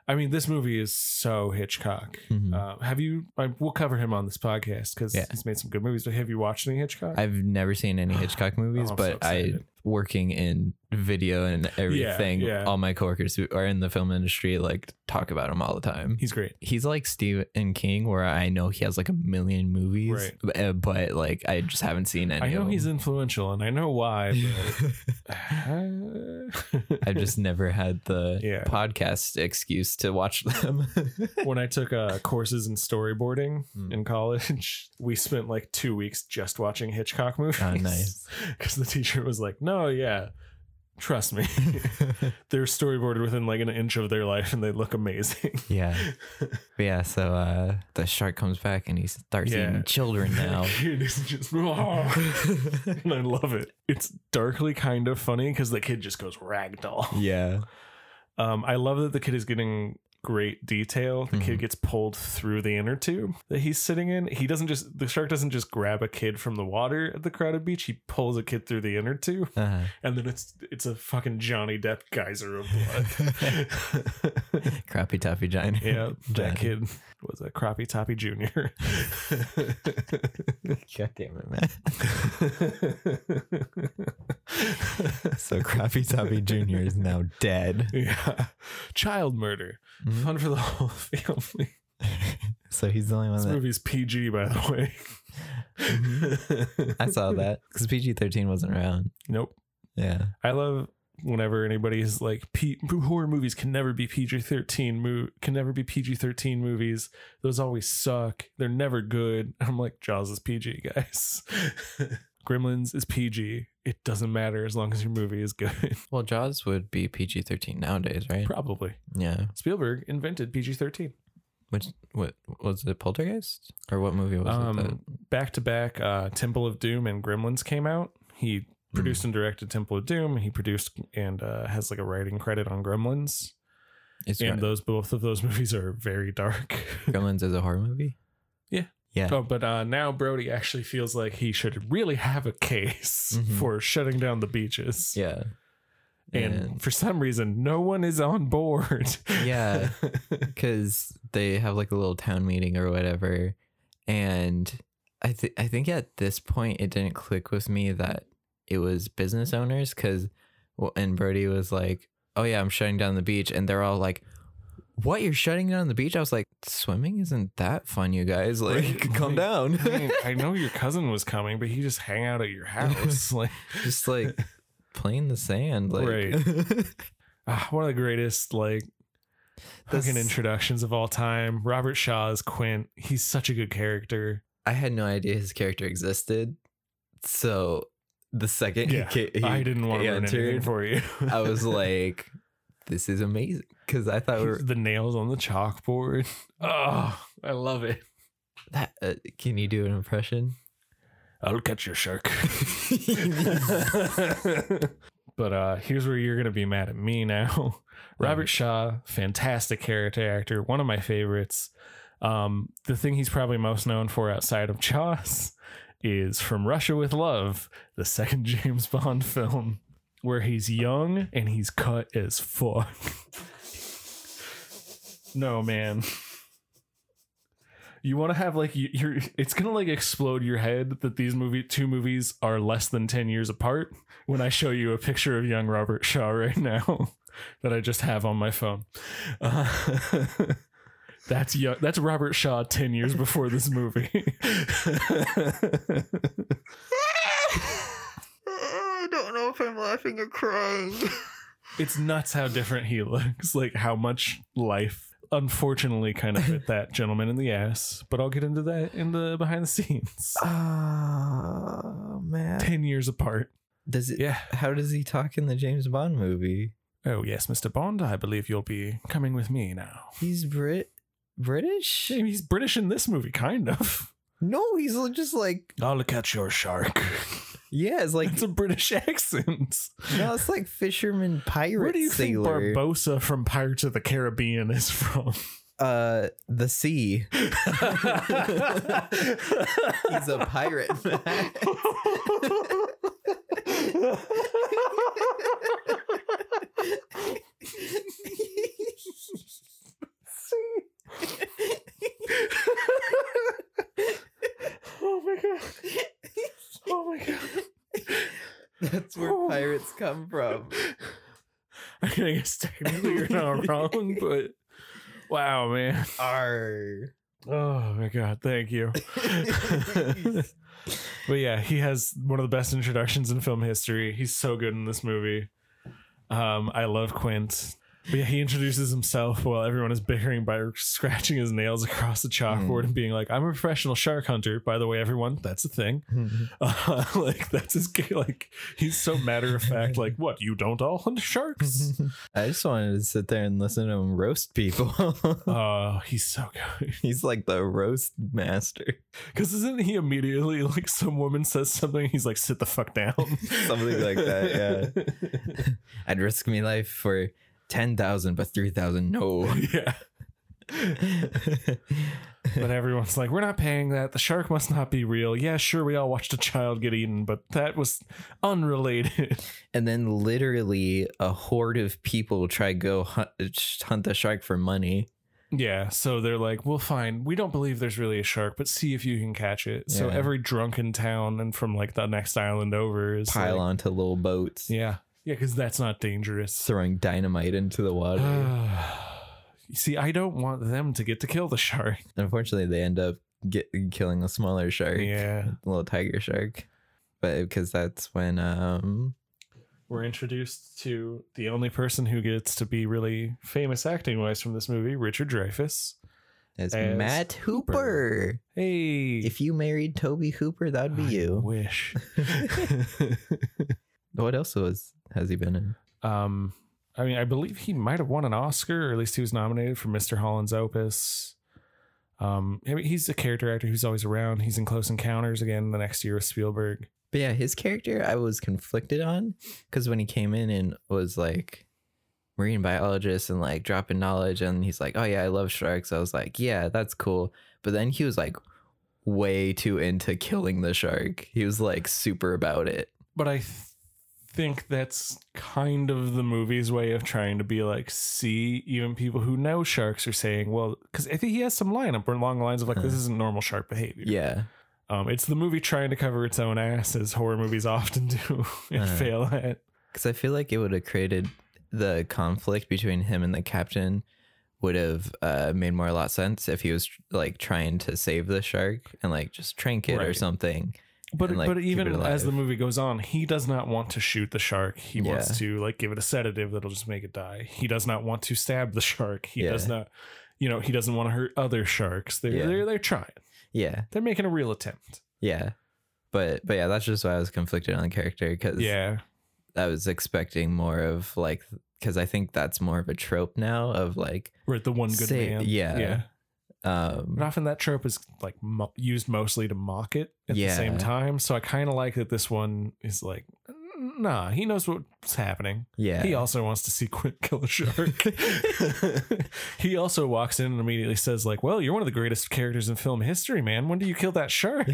I mean, this movie is so Hitchcock. Mhm. Uh, have you? I, we'll cover him on this podcast because Yeah. he's made some good movies. But have you watched any Hitchcock? I've never seen any Hitchcock movies, [sighs] I'm so but I excited. working in video and everything. yeah. All my coworkers who are in the film industry like talk about him all the time. he's great. He's like Stephen King, where I know he has like a million movies, Right. b- uh, but like I just haven't seen any. I know of he's them. influential, and I know [laughs] why. But, uh, I've just never had the [laughs] Yeah. podcast excuse to [laughs] watch [laughs] them. Oh, when I took uh, courses in storyboarding Hmm. in college, [laughs] we spent like two weeks just watching Hitchcock movies. [laughs] Oh, nice. Because the teacher was like, "No, yeah, trust me, they're storyboarded within like an inch of their life, and they look amazing." [laughs] [laughs] yeah. But yeah, so uh the shark comes back and he starts Yeah. eating [laughs] children now. It is just, [laughs] [laughs] and I love it. It's darkly kind of funny because the kid just goes ragdoll. yeah. Um, I love that the kid is getting great detail. The kid gets pulled through the inner tube that he's sitting in. He doesn't just the shark doesn't just grab a kid from the water at the crowded beach. He pulls a kid through the inner tube, Uh-huh. and then it's it's a fucking Johnny Depp geyser of [laughs] blood. [laughs] Crappy toppy giant. [laughs] yeah, that Johnny. kid was a crappy toppy junior. [laughs] [laughs] God damn it, man. so Crappy Toppy Jr. is now dead. [laughs] yeah, child murder. Mm-hmm. Fun for the whole [laughs] family. So he's the only one This that movie's PG, by the way. Mm-hmm. I saw that because PG 13 wasn't around. [laughs] Nope. Yeah. I love whenever anybody's like P- horror movies can never be PG-13 mo- can never be PG-13 movies. Those always suck. They're never good. [laughs] I'm like Jaws is PG, guys. [laughs] Gremlins is PG. It doesn't matter as long as your movie is good. [laughs] Well, Jaws would be PG 13 nowadays, right? Probably. yeah. Spielberg invented PG-13. Which, what was it, Poltergeist? Or what movie was it? that- Um, back to back, uh, Temple of Doom and Gremlins came out. He produced Hmm. and directed Temple of Doom. He produced and uh, has like a writing credit on Gremlins. It's and Gre- those both of those [laughs] movies are very dark. Gremlins is a horror movie? Yeah. Yeah. oh, [laughs] but uh, now Brody actually feels like he should really have a [laughs] case Mhm. for shutting down the beaches. Yeah. And, for some reason, no one is on board. Yeah, because they have like a little town meeting or whatever, and I th- I think at this point it didn't click with me that it was business owners because, well, and Brody was like, "Oh yeah, I'm shutting down the beach," and they're all like. What you're shutting down the beach? I was like, swimming isn't that fun, you guys. Like, Right, [laughs] calm right. down. [laughs] I, mean, I know your cousin was coming, but he just hang out at your house. [laughs] Like, [laughs] Just like playing the sand. Like, Right. ah, one of the greatest like This- fucking introductions of all time. Robert Shaw is Quint. He's such a good character. [laughs] I had no idea his character existed. So the second Yeah, he, ca- he I didn't want to ruin anything entered, for you. [laughs] I was [laughs] like, this is amazing. Because I thought we [laughs] were, the nails on the [laughs] chalkboard. Oh, I love it. that, uh, can you do an impression? I'll catch your [laughs] shark. [laughs] but uh here's where you're gonna be mad at me now. Robert Shaw, fantastic character actor, one of my favorites. Um, the thing he's probably most known for outside of Jaws [laughs] is from Russia with Love, the second [laughs] James Bond film, where he's young and he's cut as fuck. [laughs] no man. You want to have like you- you're. It's gonna like explode your head that these movie two movies are less than ten years apart when I show you a picture of young Robert Shaw [laughs] right now that I just have on my phone. Uh, [laughs] that's young, that's Robert Shaw 10 years before this movie. [laughs] I don't know if I'm laughing or crying. it's nuts how different he looks, like how much life unfortunately kind of bit that gentleman in the ass, but I'll get into that in the behind [laughs] the scenes. Ah, Oh, man. 10 years apart. [laughs] Does it, Yeah. how does he talk in the James Bond movie? Oh, yes, Mr. Bond, I believe you'll be coming with me now. He's Brit, [laughs] British? Shame he's British in this movie, kind of. No, he's just like, [laughs] I'll catch your shark. yeah, it's [laughs] [laughs] like, It's a British accent. no, it's like fisherman pirate Where do you sailor. think Barbosa from Pirates of the Caribbean is [laughs] from? uh, the sea. He's He's a pirate. Oh my god. [laughs] Oh my god. That's where Oh. pirates come from. I guess technically you're not [laughs] wrong, but wow, man. Arr. Oh my god, thank you. But yeah, he has one of the best introductions in film history. He's so good in this movie. Um, I love Quint. But yeah, he introduces himself while everyone is bickering by scratching his nails across the chalkboard Mm. and being like, "I'm a professional shark hunter." By the way, everyone, that's a thing. [laughs] Uh, like that's his ga- like he's so matter of fact. Like, what you don't all hunt sharks? [laughs] [laughs] I just wanted to sit there and listen to him roast people. [laughs] Oh, he's so good. [laughs] He's like the roast master. Because isn't he immediately like some woman says something? He's like, "Sit the fuck down." [laughs] Something like that, [laughs] yeah. I'd risk me life for 10,000, but 3,000, no. [laughs] yeah. But everyone's like, we're not paying that. The shark must not be real. Yeah, sure, we all watched a child get eaten, but that was unrelated. [laughs] and then literally a horde of people try go hunt, hunt the shark for money. yeah, so they're like, we'll find. We don't believe there's really a shark, but see if you can catch it. So Yeah. every drunk in town and from like the next island over is pile like- onto little boats, Yeah, yeah, because that's not dangerous. throwing dynamite into the water. [sighs] see, I don't want them to get to kill the shark. Unfortunately, they end up get, killing a smaller shark, Yeah. a little tiger shark. But because that's when um we're introduced to the only person who gets to be really famous acting wise from this movie, Richard Dreyfuss. it's As Matt Hooper. Hooper. Hey, If you married Toby Hooper, that'd be I you. Wish. [laughs] what else was has he been in? Um, I mean, I believe he might have won an Oscar, or at least he was nominated for Mr. Holland's Opus. Um, I mean, he's a character actor who's always around. He's in Close Encounters again the next year with Spielberg. But yeah, his character I was conflicted on because when he came in and was like marine biologist and like dropping knowledge, and he's like, "Oh yeah, I love sharks." I was like, "Yeah, that's cool." But then he was like way too into killing the shark. He was like super about it. But I th- think that's kind of the movie's way of trying to be like, see, even people who know sharks are saying, well, because I think he has some lineup along the lines of like, this Uh-huh. isn't normal shark behavior. Yeah, Um, it's the movie trying to cover its own ass as horror movies often [laughs] do and Uh-huh. fail at. because I feel like it would have created the conflict between him and the captain would have uh, made more a lot sense if he was like trying to save the shark and like just trank it or Right. something. But And, like, but keep it even as the alive. movie goes on, he does not want to shoot the shark. He Yeah. wants to like give it a sedative that'll just make it die. He does not want to stab the shark. He does Yeah. not, you know, he doesn't want to hurt other sharks. They're Yeah. they're, they're trying. Yeah, They're making a real attempt. Yeah. But but yeah, that's just why I was conflicted on the character because Yeah. I was expecting more of like because I think that's more of a trope now of like Right, the one good Say- man. yeah. yeah. But um often that trope is like mo- used mostly to mock it at the same Yeah. time. So I kind of like that this one is like, nah, he knows what's happening. yeah He also wants to see Quint kill a [laughs] shark. he also walks in and immediately says, like, well, you're one of the greatest characters in film history, man. When do you kill that [laughs] shark? [laughs]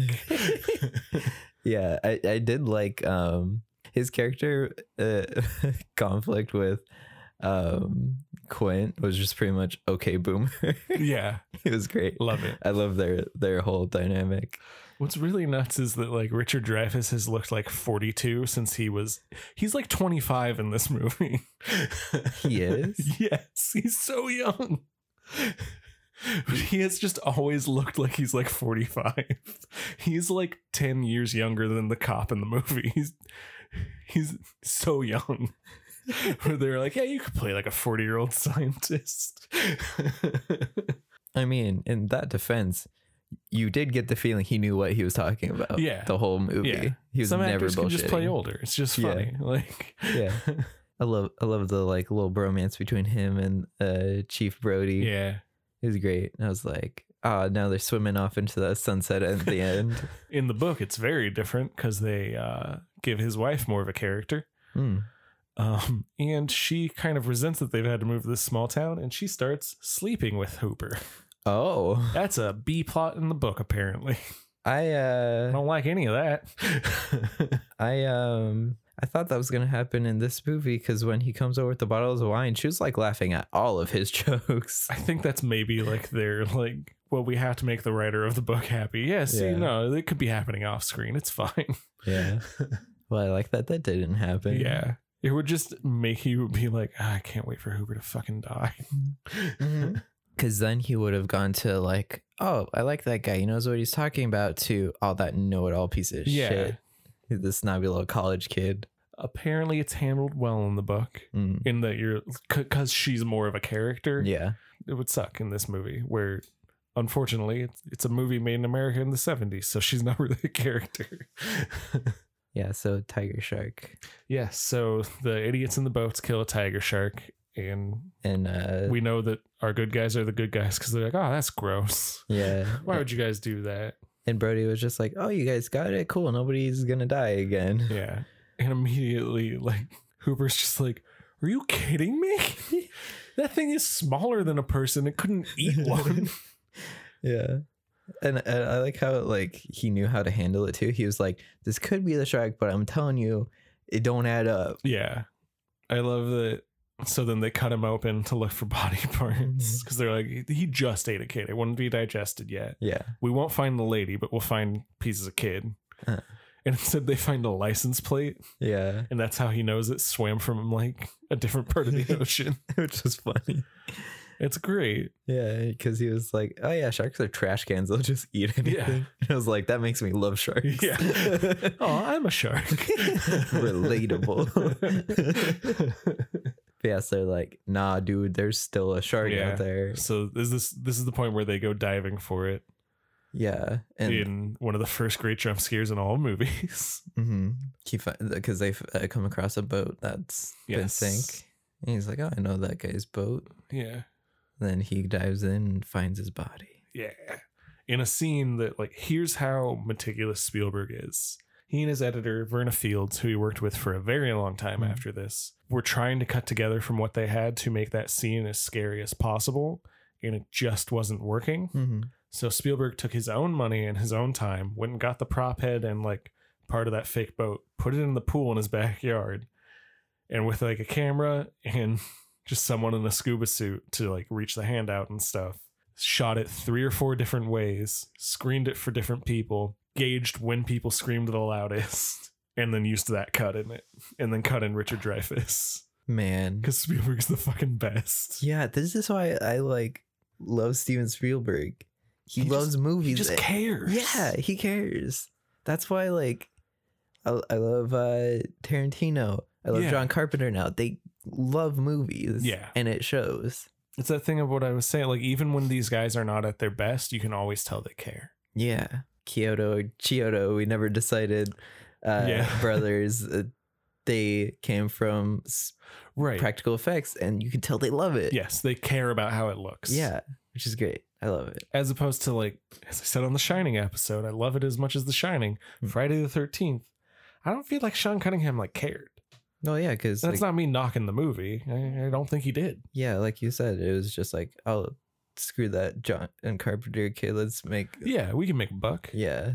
yeah I I did like um his character uh, [laughs] conflict with um Quint was just pretty much okay boomer. [laughs] yeah. it was great. Love it. I love their their whole dynamic. What's really nuts is that like Richard Dreyfuss has looked like 42 since he was he's like 25 in this movie. He [laughs] is. yes, he's so young. But he has just always looked like he's like 45. He's like 10 years younger than the cop in the movie. He's he's so young. Where they're like, yeah, you could play like a 40-year-old scientist. I mean, in that defense, you did get the feeling he knew what he was talking about. Yeah. The whole movie. Yeah. He was Some never actors bullshitting. can just play older. It's just Yeah. funny. Like [laughs] Yeah. I love I love the like little bromance between him and uh Chief Brody. Yeah. It was great. And I was like, ah, now they're swimming off into the sunset at [laughs] the end. In the book, it's very different because they uh, give his wife more of a character. Hmm. Um, and she kind of resents that they've had to move to this small town, and she starts sleeping with Hooper. Oh. That's a B plot in the book, apparently. I I uh [laughs] don't like any of that. I um I thought that was gonna happen in this movie because when he comes over with the bottles of wine, she was like laughing at all of his [laughs] jokes. I think that's maybe like their like. Well, we have to make the writer of the book happy. Yeah, see, Yeah. no, it could be happening off screen. It's fine. [laughs] Yeah. [laughs] well, I like that that didn't happen. Yeah. It would just make you be like, "Ah, I can't wait for Hooper to fucking die. [laughs] Because Mm-hmm. then he would have gone to like, oh, I like that guy. He knows what he's talking about. To all that know-it-all piece of Yeah. shit. This snobby little college kid. Apparently, it's handled well in the book, Mm. in that you're because she's more of a character. Yeah. it would suck in this movie where unfortunately it's, it's a movie made in america in the 70s so she's [laughs] not really a character [laughs] Yeah. So Tiger Shark yes so the idiots in the boats kill a tiger shark and and uh, we know that our good guys are the good guys because they're like oh that's gross yeah. [laughs] why would you guys do that and Brody was just like, oh, you guys got it. Cool. Nobody's gonna die again. [laughs] yeah and immediately like hooper's just like are you kidding me [laughs] That thing is smaller than a person. It couldn't [laughs] eat one. Yeah. And, and I like how like he knew how to handle it too. He was like, "This could be the shark, but I'm telling you, it don't add up." yeah. I love that. So then they cut him open to look for [laughs] body Mm-hmm. parts because they're like, "He- he just ate a kid. It wouldn't be digested yet. Yeah. We won't find the lady, but we'll find pieces of kid. Huh. And instead, they find a license plate, Yeah. and that's how he knows it swam from like a different part of [laughs] the ocean. Which was funny. It's great. Yeah, because he was like, "Oh yeah, sharks are trash cans. They'll just eat anything." [laughs] And I was like, "That makes me love sharks." Yeah. [laughs] Oh, I'm a shark. [laughs] Relatable. But yeah, so they're like, "Nah, dude, there's still a shark Yeah. out there." so is this this is the point where they go diving for it Yeah, and in one of the first great jump scares in all movies. [laughs] Mm-hmm. He because they've uh, come across a boat that's been Yes. sank. And he's like, "Oh, I know that guy's boat." yeah. then he dives in and finds his body. Yeah. In a scene that, like, here's how meticulous Spielberg is. He and his editor, Verna Fields, who he worked with for a very long time Mhm. after this, were trying to cut together from what they had to make that scene as scary as possible. And it just wasn't working. Mm-hmm. So Spielberg took his own money and his own time, went and got the prop head and like part of that fake boat, put it in the pool in his [laughs] backyard, and with like a camera and [laughs] just someone in a scuba suit to like reach the hand out and stuff, shot it three or four different ways, screened it for different people, gauged when people screamed the loudest, [laughs] and then used that cut in it, and then cut in Richard Dreyfuss Man, because Spielberg's the fucking best. yeah, this is why I like love Steven Spielberg. He He, just- loves movies. He just that- cares. Yeah, he cares. That's why, like, I, I love uh, Tarantino. I love Yeah. John Carpenter now. They love movies. Yeah. and it shows. it's that thing of what I was saying. Like even when these guys are not at their best, you can always tell they care. Yeah. Kyoto, Kyoto, we never decided. Uh, Yeah. [laughs] brothers, uh, they came from s- Right. practical effects, and you can tell they love it. yes, they care about how it looks. yeah, which is great. I love it. As opposed to like, as I said on the Shining episode, I love it as much as the Shining. Hmm. Friday the Thirteenth. I don't feel like Sean Cunningham like cared. No, yeah, because That's like, not me knocking the movie. I, I don't think he did. yeah, like you said, it was just like, oh, screw that John and Carpenter kid. Let's make Yeah, we can make a buck. yeah,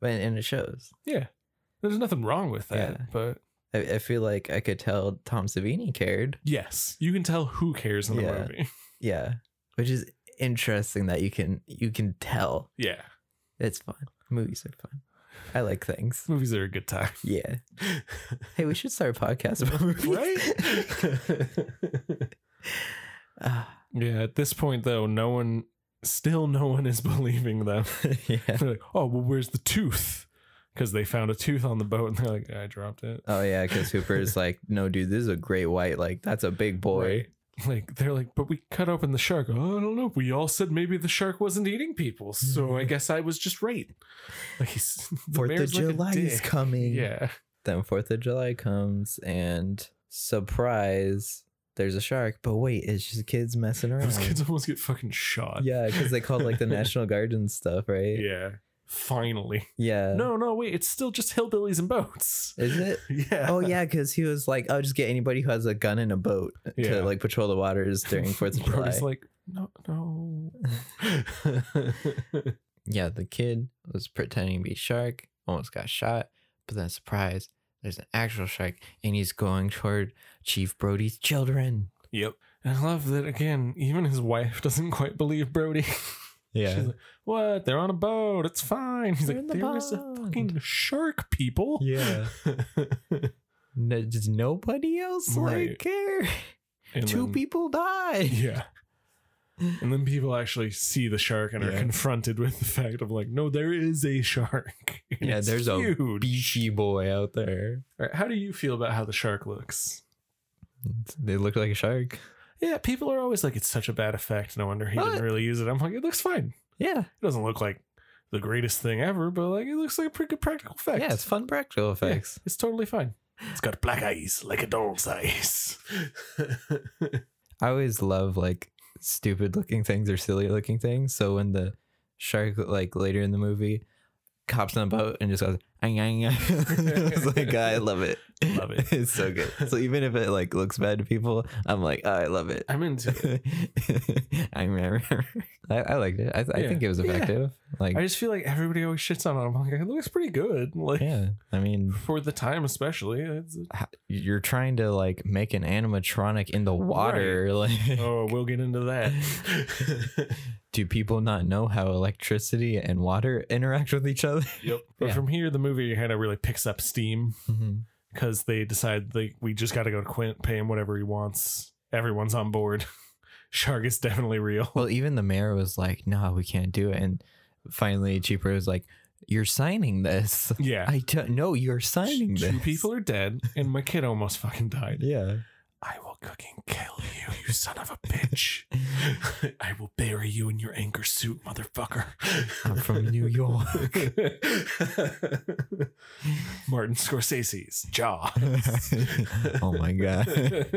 and, and it shows. There's nothing wrong with that. Yeah. But I, I feel like I could tell Tom Savini cared. yes, you can tell who cares in the Yeah. movie. [laughs] Yeah, which is interesting that you can you can tell. Yeah, It's fun. Movies are fun. I like things. movies are a good time. [laughs] Yeah. [laughs] Hey, we should start a podcast about movies. Right? Ah, Yeah, at this point though, no one, still no one is [laughs] believing them. [laughs] [sighs] yeah. [laughs] They're like, oh, well, where's the tooth? Because they found a tooth on the boat and they're like, I dropped it. Oh yeah, because Hooper is like, no, dude, this is a great white. Like, that's a big boy. Right. Like, they're like, but we cut open the shark. Oh, I don't know. We all said maybe the shark wasn't eating people. So I guess I was just right. [laughs] Like, he's the Mm-hmm. Fourth of mayor's like a July is dick. coming. Yeah. Then Fourth of July comes, and surprise, there's a shark. But wait, it's just kids messing around. Those kids almost get fucking shot. Yeah, because they called [laughs] like the National Guard and stuff, right? Yeah. Finally. Yeah. no, no, wait. It's still just hillbillies and boats. [laughs] Is it? Yeah. [laughs] Oh yeah, because he was like, "Oh, just get anybody who has a gun and a boat Yeah. to like patrol [laughs] the waters during Fourth of July." Brody's like, [laughs] no, no. [laughs] yeah, the kid was pretending to be shark, almost got shot, but then surprise, there's an actual shark, and he's going toward Chief Brody's children. Yep. And I love that again, even his wife [laughs] doesn't quite believe Brody. [laughs] She's like, what? They're on a boat. It's fine. He's They're in like, the there is a pond." fucking shark, people. yeah. [laughs] No, does nobody else Right. like care? [laughs] And Two then- people died. [laughs] Yeah. And then people actually see the shark and are Yeah. confronted with the fact of like, no, there is a shark. [laughs] And Yeah, it's there's a huge. Beachy boy out there. All right, how do you feel about how the shark looks? They look like a shark. Yeah, people are always like, it's such a bad effect. No wonder he What? didn't really use it. I'm like, it looks fine. Yeah. It doesn't look like the greatest thing ever, but like, it looks like a pretty good practical effect. Yeah, it's fun practical Yeah, effects. it's totally fine. It's got black eyes like a doll's [laughs] eyes. I always love like stupid looking things or silly looking things. So when the shark like later [laughs] in the movie cops on a boat and just goes, "Ang, ang, ang." it's like I love it. Love it. [laughs] it's so good. So even if it like looks bad to people, I'm like, oh, I love it. I'm into it. [laughs] [laughs] I remember. I, I liked it. I, I Yeah. think it was Yeah. effective. Like, I just feel like everybody always shits on it. I'm like, it looks pretty good. Like yeah. I mean, for the time, especially. It's, h- you're trying to like make an animatronic in the water. [laughs] Like, oh, we'll get into [laughs] that. do people not know how electricity and water interact with each [laughs] other? yep. But Yeah. from here, the movie kind of really picks up steam Mhm. because they decide like we just got to go to Quint, pay him whatever he wants. Everyone's on board. [laughs] Shark is definitely real. Well, even the mayor was like, "No, we can't do it." And finally, Cheaper was like, "You're signing this." Yeah. [laughs] I don't know. You're signing this. Two people are dead, and my kid almost fucking died. [laughs] Yeah. I will fucking kill you, you son of a [laughs] bitch. I will bury you in your anchor suit, [laughs] motherfucker. I'm from [laughs] New York. [laughs] Martin Scorsese's [laughs] jaw. oh my god.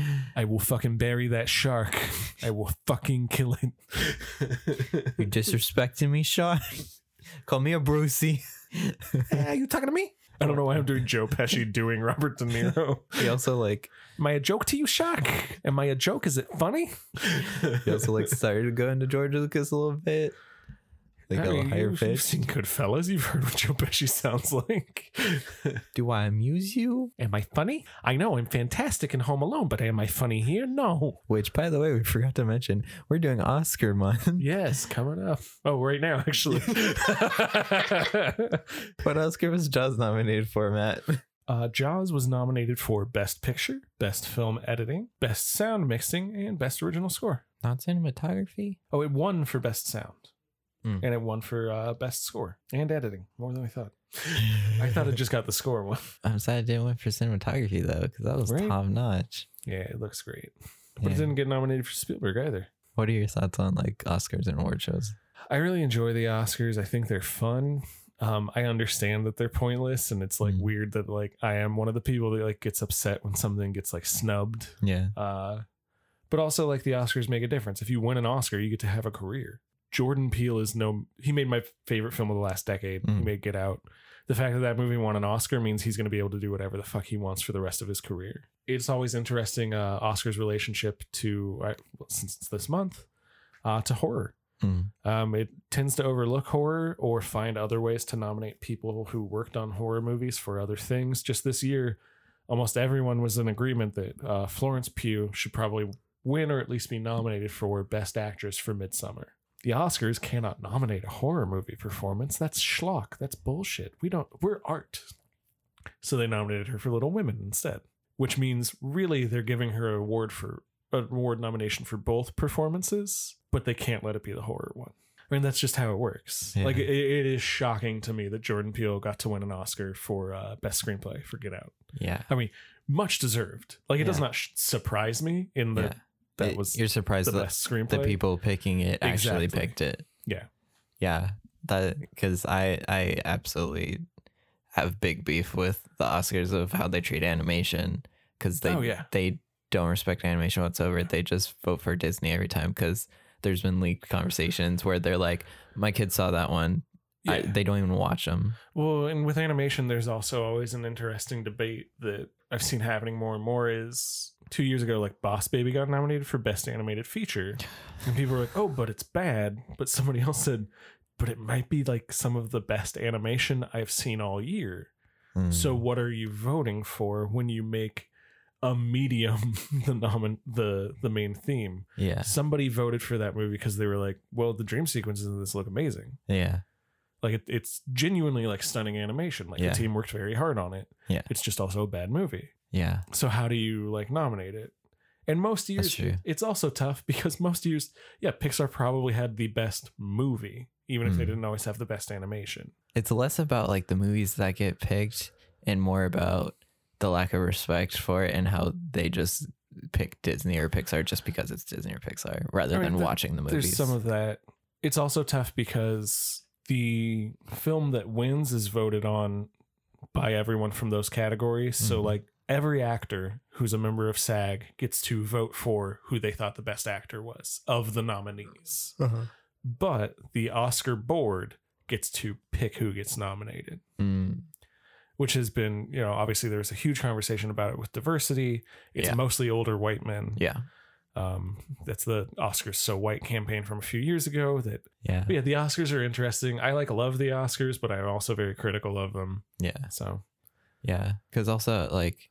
[laughs] I will fucking bury that shark. I will fucking kill it. You disrespecting me, Sean? [laughs] Call me a Brucey. [laughs] Are Eh, you talking to me? I don't know why I'm doing Joe Pesci doing Robert De Niro. He also like Am I a joke to you, Shark? Am I a joke? Is it funny? he also like started to go into George Lucas a little bit. Like I a little mean, higher you've, you've pitch. seen Goodfellas. You've heard what Joe Pesci sounds [laughs] like. Do I amuse you? am I funny? I know I'm fantastic in Home Alone, but am I funny here? No. Which, by the way, we [laughs] forgot to mention, we're doing Oscar month. [laughs] Yes, coming up. Oh, right now, actually. What Oscar was Jaws nominated for, Matt? [laughs] uh, Jaws was nominated for Best Picture, Best Film Editing, Best Sound Mixing, and Best Original Score. Not cinematography. Oh, it won for Best Sound, Hmm. and it won for uh, Best Score and Editing. More than I thought. I thought [laughs] it just got the score one. [laughs] I'm sad it didn't win for cinematography though, because that was Right? top notch. Yeah, it looks great, but it Yeah. didn't get nominated for Spielberg either. What are your thoughts on like Oscars and award shows? I really enjoy the Oscars. I think they're fun. Um, I understand that they're pointless, and it's like Mm. weird that like I am one of the people that like gets upset when something gets like snubbed. Yeah, Uh, but also like the Oscars make a difference. If you win an Oscar, you get to have a career. Jordan Peele is no he made my favorite film of the last decade. He Mm. made Get Out. The fact that that movie won an Oscar means he's going to be able to do whatever the fuck he wants for the rest of his career. It's always interesting uh, Oscar's relationship to uh, well, since it's this month uh, to horror. Mm. Um, it tends to overlook horror or find other ways to nominate people who worked on horror movies for other things. Just this year, almost everyone was in agreement that uh, Florence Pugh should probably win or at least be nominated for Best Actress for Midsummer. The Oscars cannot nominate a horror movie performance. That's schlock. That's bullshit. We don't. We're art. So they nominated her for Little Women instead, which means really they're giving her an award for an award nomination for both performances, but they can't let it be the horror one. I mean, that's just how it works. Yeah. Like it, it is shocking to me that Jordan Peele got to win an Oscar for uh, best screenplay for Get Out yeah. much deserved. Like it does Yeah. not sh- surprise me in that Yeah. that It- was you're surprised the that best screenplay. the people picking it actually Exactly. picked it. Yeah. yeah. That because I I absolutely have big beef with the Oscars of how they treat animation because they Oh, yeah. they don't respect animation whatsoever. They just vote for Disney every time because there's been leaked conversations where they're like, my kids saw that one. I, Yeah. they don't even watch them. well, and with animation, there's also always an interesting debate that I've seen happening more and more. Is two years ago, like Boss Baby got nominated for best animated [laughs] feature, and people were like, "Oh, but it's bad." But somebody else said, "But it might be like some of the best animation I've seen all year." Mm. So Hmm. what are you voting for when you make a medium [laughs] the nomin the the main theme? yeah, somebody voted for that movie because they were like, well, the dream sequences in this look amazing. yeah, Like it, it's genuinely like stunning animation. Like Yeah. the team worked very hard on it. Yeah. It's just also a bad movie. yeah. So how do you like nominate it? And most years That's true. it's also tough because [laughs] most years, yeah, Pixar probably had the best movie, even if they Mm. didn't always have the best animation. It's less about like the movies that get picked and more about the lack of respect for it and how they just pick Disney or Pixar just because it's Disney or Pixar rather I mean, than there- watching the movies. There's some of that. It's also tough because the film that wins is voted on by everyone from those categories. So Mhm. like every actor who's a member of SAG gets to vote for who they thought the best actor was of the nominees. Uh-huh. But the Oscar board gets to pick who gets nominated, Mm, which has been, you know, obviously there was a huge conversation about it with diversity. It's Yeah. mostly older white men. Yeah. Um, that's the Oscars So White campaign from a few years ago. That Yeah. but yeah, the Oscars are interesting. I like love the Oscars, but I'm also very critical of them. Yeah. So Yeah, because also like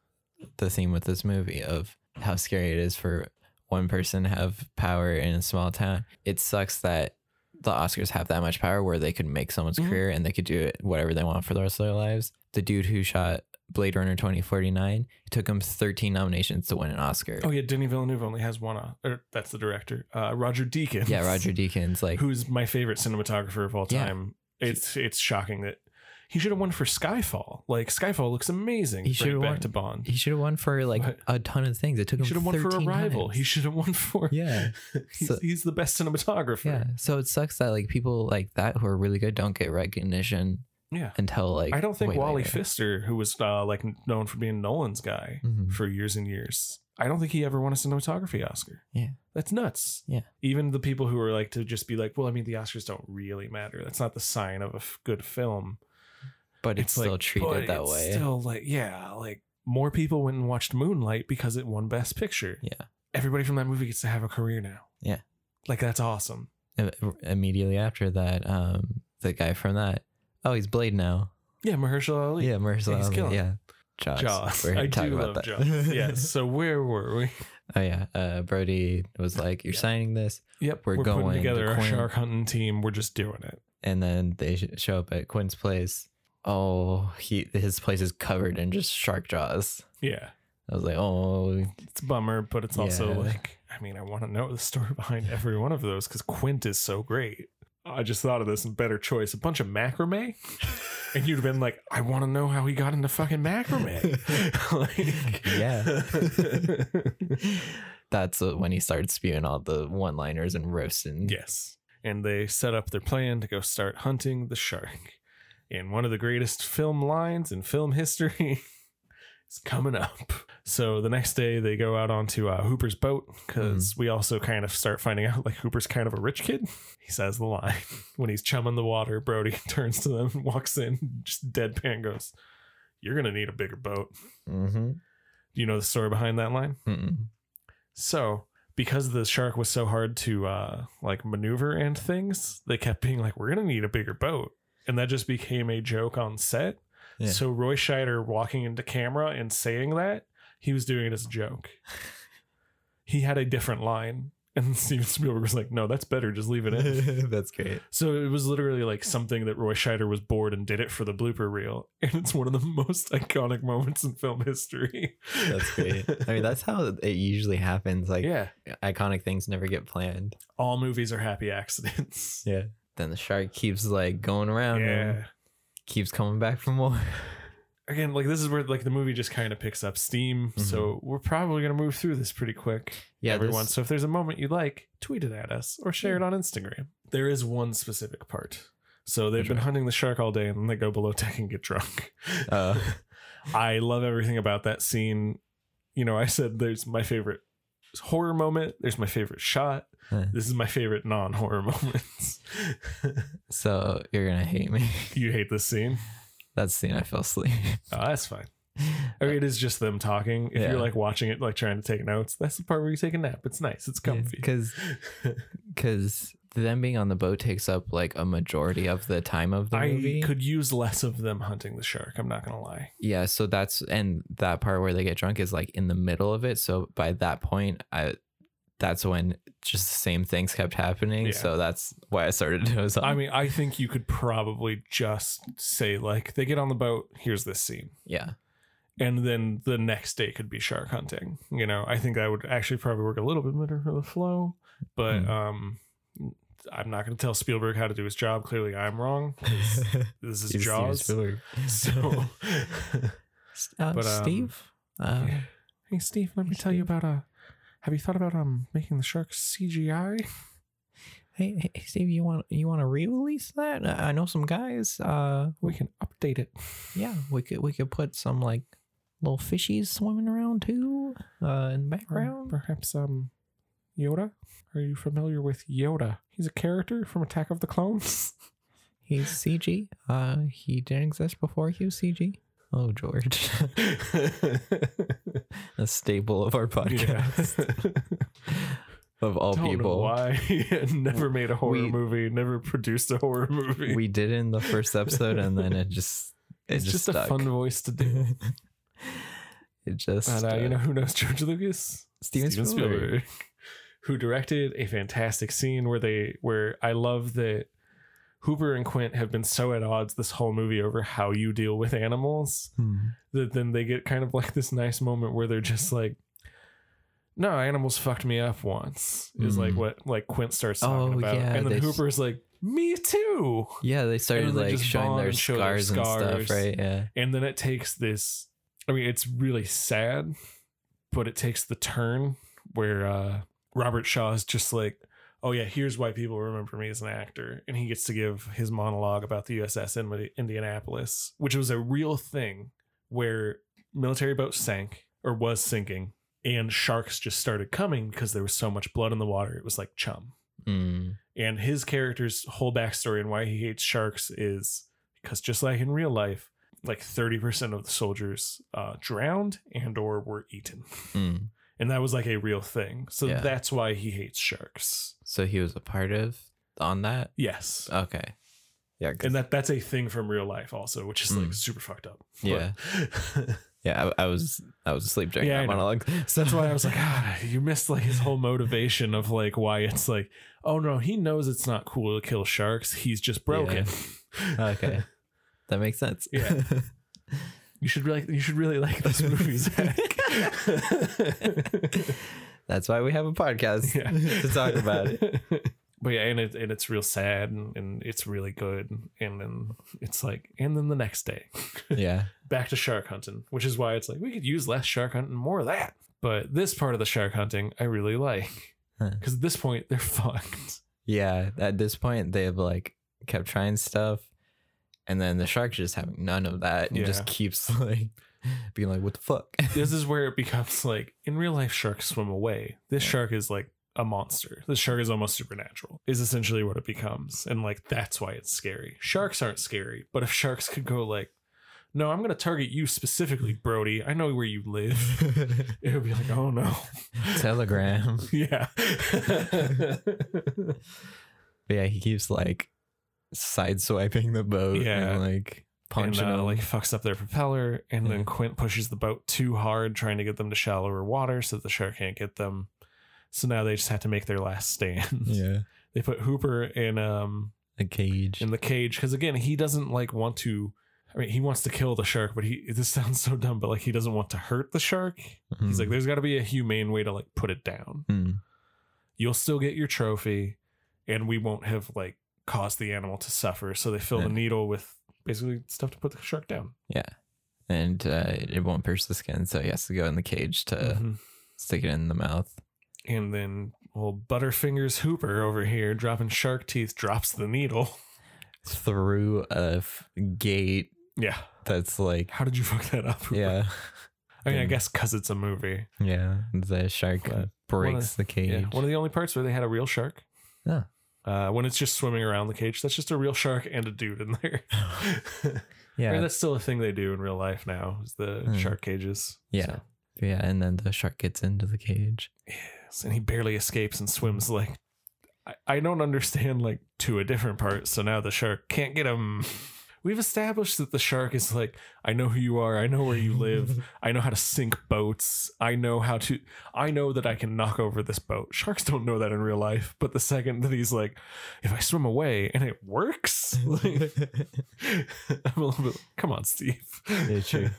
the theme with this movie of how scary it is for one person to have power in a small town. It sucks that the Oscars have that much power where they could make someone's Mhm. career and they could do it whatever they want for the rest of their lives. The dude who shot Blade Runner 2049, it took him 13 nominations to win an Oscar. oh yeah, Denny Villeneuve only has one. o- Or that's the director, uh, Roger Deakins. yeah, [laughs] Roger Deakins like who's my favorite cinematographer of all Yeah. time. It's it's shocking that he should have won for Skyfall. Like Skyfall looks amazing. He Bring should it have back won- to Bond. he should have won for like What? a ton of things. It took He him should have won for 13 Arrival. times. He should have won for yeah. [laughs] He's, So- he's the best cinematographer. Yeah. So it sucks that like people like that who are really good don't get recognition Yeah. until like I don't think way Wally later. Pfister, who was uh, like known for being Nolan's guy Mhm. for years and years, I don't think he ever won a cinematography Oscar. Yeah. That's nuts. Yeah. Even the people who are like to just be like, well, I mean, the Oscars don't really matter. That's not the sign of a f- good film. but it's, still like, but treated that it's way. Still like, yeah, like more people went and watched Moonlight because it won Best Picture. Yeah. Everybody from that movie gets to have a career now. Yeah. Like that's awesome. Im- Immediately after that, um, the guy from that, oh, he's Blade now. Yeah, Mahershala Ali. Yeah, Marcel. he's killing it. yeah, Jaws. Jaws. [laughs] We're I talking do about love that. Jaws. yes. So where were we? [laughs] Oh yeah. Uh, Brody [laughs] was like, "You're signing this," Yep. We're going putting to together our Quinn. shark hunting team. We're just doing it. and then they sh- show up at Quinn's place. Oh, he his place is covered in just shark jaws. Yeah. I was like, "Oh, It's a bummer, but it's also Yeah. like, I mean, I want to know the story [laughs] behind every one of those because Quint is so great. I just thought of this better choice. A bunch of macrame. And you'd have been like, I want to know how he got into fucking [laughs] macrame. [laughs] like, yeah. that's when he started spewing all the one-liners and roasting." yes. And they set up their plan to go start hunting the shark. And one of the greatest film lines in film history [laughs] is coming up. So the next day they go out onto uh, Hooper's boat because we also kind of start finding out like Hooper's kind of a rich kid. [laughs] He says the line [laughs] when he's chumming the water. Brody [laughs] turns to them, and walks in, just deadpan goes, "You're gonna need a bigger boat." Mm-hmm. Do you know the story behind that line? Mm-mm. So because the shark was so hard to uh like maneuver and things, they kept being like, We're gonna need a bigger boat. And that just became a joke on set. Yeah. So Roy Scheider walking into camera and saying that, he was doing it as a joke. he had a different line. And [laughs] Steven Spielberg was like, No, that's better, just leave it in. [laughs] That's great. so it was literally like something that Roy Scheider was bored and did it for the blooper reel. And it's one of the [laughs] most iconic moments in film history. That's great. I mean, that's how it usually happens. Like yeah. iconic things never get planned. all movies are happy accidents. Yeah. Then the shark keeps like going around and keeps coming back for more. [laughs] Again, like this is where like the movie just kind of picks up steam. So we're probably gonna move through this pretty quick. Mm-hmm. Yeah, everyone. this- So if there's a moment you like, tweet it at us or share it on Instagram. There is one specific part. So they've Which been hunting the shark all day and then they go below deck and get [laughs] drunk. Uh, I love everything about that scene. You know, I said there's my favorite horror moment, there's my favorite shot. Huh. This is my favorite non-horror [laughs] moments. so you're gonna hate me. [laughs] you hate this scene? That's the scene I fell asleep. Oh, that's fine. I [laughs] mean, it is just them talking. If Yeah. you're like watching it, like trying to take notes, that's the part where you take a nap. It's nice. It's comfy. Because because them being on the boat takes up like a majority of the time of [laughs] the I movie. could use less of them hunting the shark. I'm not gonna lie. yeah, so that's and that part where they get drunk is like in the middle of it. So by that point, I that's when just the same things kept happening. Yeah. So that's why I started to doze off. I mean, I think you could probably just say like they get on the boat. Here's this scene, [laughs] yeah, and then the next day could be shark hunting. You know, I think that would actually probably work a little bit better for the flow. But Hmm. um, I'm not gonna tell Spielberg how to do his job. Clearly, I'm [laughs] wrong. 'cause This is Steven Jaws. Spielberg. [laughs] So. S- [laughs] uh, But, um, Steve. Uh, Yeah. Hey Steve, let me tell you about uh have you thought about um making the shark CGI? hey, hey, hey, Steve, you want you want to re-release that? I I know some guys. Uh, We can update it. yeah, we could we could put some like little fishies swimming around too uh, in the Or background. Perhaps um Yoda? Are you familiar with Yoda? He's a character from Attack [laughs] of the Clones. He's CG. Uh, he didn't exist before he was CG. Oh, George. [laughs] a staple of [laughs] our podcast. of all Don't know people. why [laughs] never made a horror We- movie, never produced a horror movie. We did it in the first episode and then it just [laughs] it it's just stuck. a fun voice to [laughs] do. it just And uh, uh, you know who knows George Lucas? Steven Spielberg. who directed a fantastic scene where they where I love that Hooper and Quint have been so at odds this whole movie over how you deal with animals hmm. that then they get kind of like this nice moment where they're just like. No, animals fucked me up once. Is like Mm. what like Quint starts talking Oh, about, yeah, and they then s- Hooper's like, "Me too." Yeah, they started then they like just showing bond their and show their scars, and scars. stuff, right? Yeah. and then it takes this i mean it's really sad but it takes the turn where uh robert shaw is just like oh yeah here's why people remember me as an actor and he gets to give his monologue about the uss in indianapolis which was a real thing where military boats sank or was sinking and sharks just started coming because there was so much blood in the water it was like chum Mm. and his character's whole backstory and why he hates sharks is because just like in real life, like 30% of the soldiers uh, drowned and or were eaten. Mm. And that was like a real thing. So Yeah. that's why he hates sharks. So he was a part of on that? Yes. Okay. Yeah, 'cause- and that that's a thing from real life also, which is like Mm. super fucked up. Yeah. But- yeah, I, I was I was asleep during Yeah, that I know. monologue. [laughs] So That's why I was like, ah, you missed like his whole motivation of like why it's like, oh no, he knows it's not cool to kill sharks. He's just broken. [laughs] okay, that makes sense. [laughs] Yeah. You should really, you should really like this movie, Zach. [laughs] That's why we have a podcast [laughs] Yeah. [laughs] to talk about it. [laughs] but yeah, and it and it's real sad, and, and it's really good, and then it's like, and then the next day, [laughs] [laughs] Yeah. back to shark hunting, which is why it's like we could use less shark hunting, more of that. But this part of the shark hunting, I really like Huh. because at this point they're [laughs] fucked. Yeah. At this point they've like kept trying stuff. And then the shark's just having none of that and just Yeah. keeps [laughs] like being like, What the [laughs] fuck? [laughs] this is where it becomes like in real life, sharks swim away. This shark is like a monster. This shark is almost supernatural, is essentially what it becomes. And like, that's why it's scary. Sharks aren't scary, but if sharks could go like, no, I'm going to target you specifically, Brody. I know where you live. [laughs] It would be like, oh no. Telegram. [laughs] [laughs] Yeah. But yeah, he keeps like sideswiping the boat Yeah. and like and punching uh, him. Mm-hmm. like fucks up their propeller. And Yeah. then Quint pushes the boat too hard, trying to get them to shallower water so that the shark can't get them. So now they just have to make their last stand. yeah, they put Hooper in um a cage. in the cage because again he doesn't like want to. I mean he wants to kill the shark, but he this [laughs] sounds so dumb, but like he doesn't want to hurt the shark. Mm-hmm. He's Hmm. like, there's got to be a humane way to like put it down. Mm. You'll still get your trophy, and we won't have like caused the animal to suffer. So they fill Yeah. the needle with basically stuff to put the shark down. and uh, it won't pierce the skin, so he has to go in the cage to Mhm. stick it in the mouth. And then well, Butterfingers Hooper over here dropping shark teeth drops the needle. [laughs] through a f- gate Yeah, that's like how did you fuck that up? Hooper? yeah I mean I Didn't- guess because it's a movie. yeah the shark But breaks the cage Yeah, one of the only parts where they had a real shark. Yeah. Uh, when it's just swimming around the cage, that's just a real shark and a dude in there. [laughs] I yeah mean, that's still a thing they do in real life now. Is the Hmm. shark cages? yeah So, yeah and then the shark gets into [laughs] the cage [laughs] yes, and he barely escapes and swims like. I- I don't understand, like, to a different part, so now the shark can't get him. We've established that the shark is like, I know who you are, I know where you live, I know how to sink boats, I know how to, I know that I can knock over this boat. Sharks don't know that in real life, but the second that he's like, if I swim away and it works, [laughs] like, I'm a little bit, come on, Steve. [laughs] Yeah, true.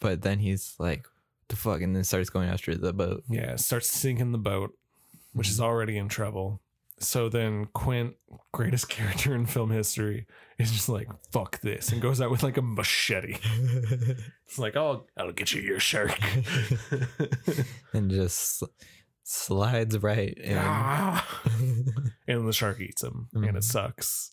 but then he's like the fuck and then starts going after [laughs] the boat Yeah, starts sinking the boat, which is already in trouble. So then Quint, greatest [laughs] character in film history, is just like, fuck this, and goes out with like a machete. it's like, oh, I'll get you your shark. and just sl- slides right in Ah. [laughs] and the shark eats him, and Mhm. it sucks.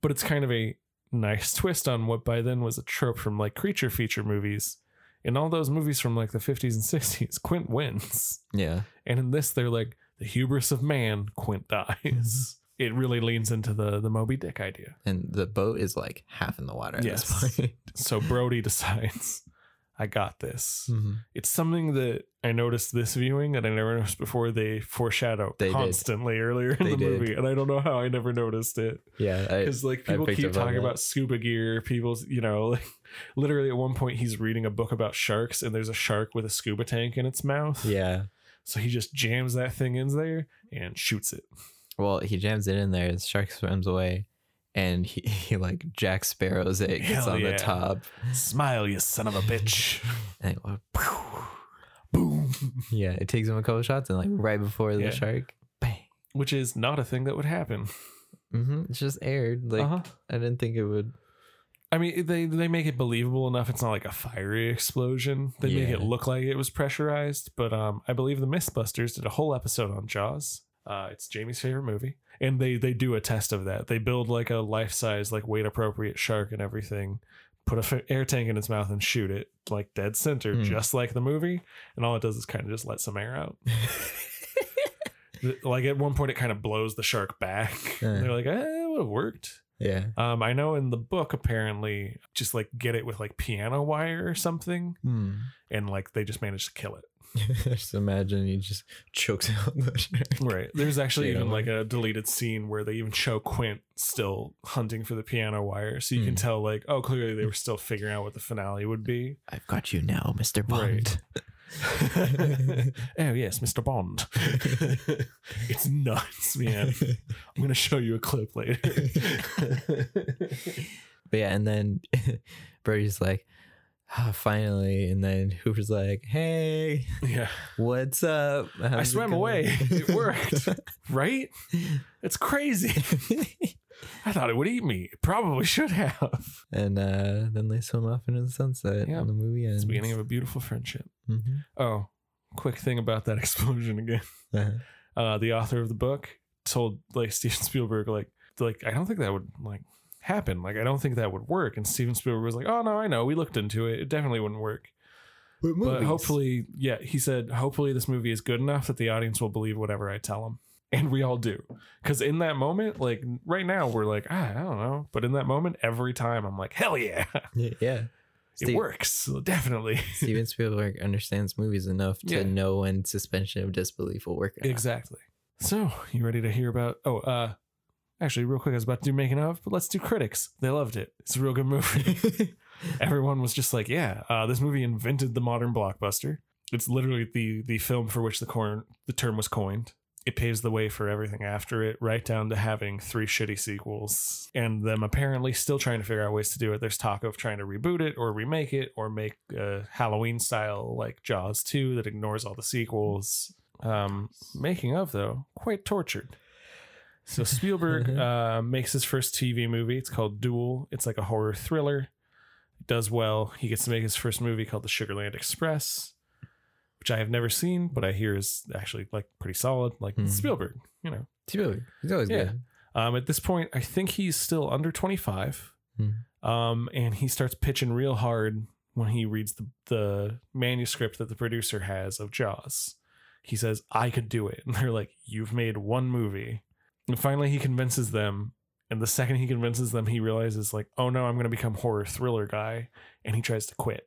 But it's kind of a nice twist on what by then was a trope from like creature feature movies. In all those movies from like the 50s and 60s, Quint wins. yeah Mm-hmm. And in this, they're like, the hubris of man, Quint dies. it really leans into the the Moby Dick idea. And the boat is like half in the water at Yes. this point. So Brody [laughs] decides, I got this. Mhm. It's something that I noticed this viewing and I never noticed before. They foreshadow They did. constantly earlier in They the did. movie, and I don't know how I never noticed it. Yeah. I, because like people picked keep up on talking that. about scuba gear people's you know [laughs] like literally at one point he's reading a book about sharks and there's a shark with a scuba tank in its mouth yeah. so he just jams that thing in there and shoots it Well, he jams it in there. The shark swims away, and he, he like Jack Sparrow's it gets Hell on yeah. the top. smile you son of a bitch And it goes, "Pew." boom yeah, it takes him a couple shots, and like right before the Yeah. shark, bang. which is not a thing that would happen hmm It's just aired. Like Uh-huh. I didn't think it would. i mean they they make it believable enough it's not like a fiery explosion they make Yeah. it look like it was pressurized but um i believe the mythbusters did a whole episode on jaws uh, it's Jamie's favorite movie, and they they do a test of that. They build like a life size, like weight appropriate shark and everything, put a f- air tank in its mouth and shoot it like dead center, Hmm. just like the movie. And all it does is kind of just let some air out. Th- like at one point, it kind of blows the shark back. [laughs] Yeah. And they're like, eh, it would have worked. [laughs] Yeah. Um, I know in the book apparently, just like get it with like piano wire or something, Hmm. and like they just managed to kill it. [laughs] just imagine he just chokes out the shark. Right. There's actually Piano even like a deleted scene where they even show Quint still hunting for the piano wire. So you can Hmm. tell, like, oh, clearly they were still figuring out what the finale would be. I've got you now, Mister Right. Bond. Oh, yes, Mr. Bond. [laughs] it's nuts, [laughs] [laughs] man. I'm going to show you a clip later. [laughs] But yeah, and then [laughs] Brody's like, ah, finally. And then Hooper's like, hey, yeah. what's up? How's it swam going?" away. It worked. Right? It's crazy. [laughs] I thought it would eat me. It probably should have. [laughs] and uh, then they swim off into the sunset. Yeah. And the movie ends. It's the beginning of a beautiful friendship. Mhm. Oh, quick thing about that [laughs] explosion again. Uh-huh. uh, the author of the book told like [laughs] Steven Spielberg like like I don't think that would like happen like I don't think that would work and Steven Spielberg was like oh no I know we looked into it it definitely wouldn't work but hopefully yeah he said hopefully this movie is good enough that the audience will believe whatever I tell them and we all do because in that moment like right now we're like ah, I don't know but in that moment every time I'm like hell yeah [laughs] [laughs] Yeah. yeah. it Steve- works definitely Steven Spielberg understands movies enough to Yeah. know when suspension of disbelief will work. or not. Exactly. So, you ready to hear about? Oh, uh, actually, real quick, I was about to do making of, but let's do critics. They loved it. It's a real good movie. Everyone was just like, "Yeah, uh, this movie invented the modern blockbuster. It's literally the the film for which the corn the term was coined. It paves the way for everything after it, right down to having three shitty sequels and them apparently still trying to figure out ways to do it. There's talk of trying to reboot it or remake it or make a Halloween style like Jaws 2 that ignores all the sequels. Um, making of though, quite tortured. So Spielberg uh, makes his first TV movie. It's called Duel. It's like a horror thriller. Does well. He gets to make his first movie called The Sugarland Express, which I have never seen, but I hear is actually like pretty solid. Like Mhm. Spielberg, you know. [laughs] Spielberg. He's always Yeah. good. Um, at this point, I think he's still under 25. Um, and he starts pitching real hard when he reads the, the manuscript that the producer has of Jaws. He says, I could do it. [laughs] And they're like, You've made one movie. And finally, he convinces them. And the second he convinces them, he realizes, like, oh no, I'm going to become horror thriller guy. And he tries to quit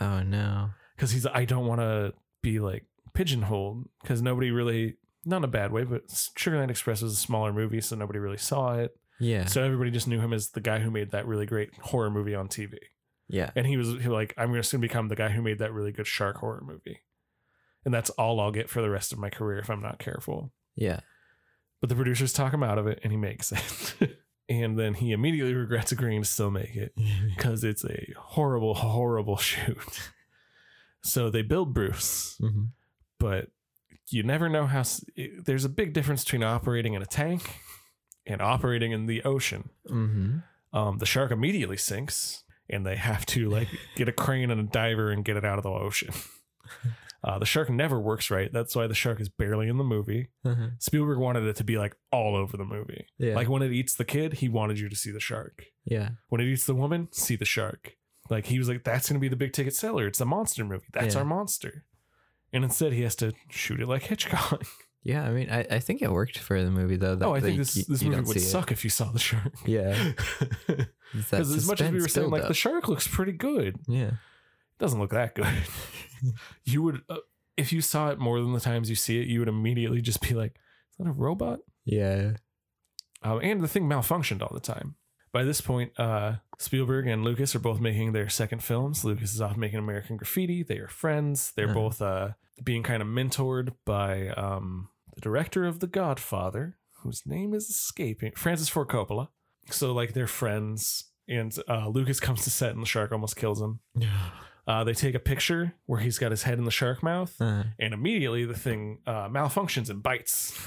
Oh no. because he's I don't want to be like pigeonholed because nobody really not in a bad way, but Sugarland Express was a smaller movie, so nobody really saw it. Yeah. So everybody just knew him as the guy who made that really great horror movie on TV, yeah. and he was he like, I'm just gonna become the guy who made that really good shark horror movie, and that's all I'll get for the rest of my career if I'm not careful. [laughs] Yeah. But the producers talk him out of it, and he makes it. [laughs] And then he immediately regrets agreeing to still make it Mm-hmm. because it's a horrible, horrible [laughs] shoot. So they build Bruce, Mhm. but you never know how s- it- there's a big difference between operating in a tank and operating in the ocean Mhm. um, the shark immediately sinks and they have to like get a crane and a diver and get it out of the ocean uh, the shark never works right that's why the shark is barely in the movie Uh-huh. spielberg wanted it to be like all over the movie Yeah. like when it eats the kid he wanted you to see the shark yeah. when it eats the woman see the shark like he was like that's gonna be the big ticket seller it's a monster movie that's Yeah. [laughs] our monster and instead he has to shoot it like hitchcock Yeah, I mean, I, I think it worked for the movie though. That, oh, I think like, this you- this you movie don't would see it. suck if you saw the shark. [laughs] [laughs] Yeah, Because it's that as much as we suspense were saying, like buildup. the shark looks pretty good, it yeah, doesn't look that good. [laughs] you would, uh, if you saw it more than the times you see it, you would immediately just be like, "Is that a robot?" [laughs] yeah, Um, and the thing malfunctioned all the time. By this point, uh, Spielberg and Lucas are both making their second films. Lucas is off making American Graffiti. They are friends. They're Yeah. both uh, being kind of mentored by um, the director of The Godfather, whose name is escaping Francis Ford Coppola. So, like, they're friends. And uh, Lucas [laughs] comes to set, and the shark almost kills him. Uh, they take a picture where he's got his head in the shark mouth Uh, and immediately the thing uh, malfunctions and bites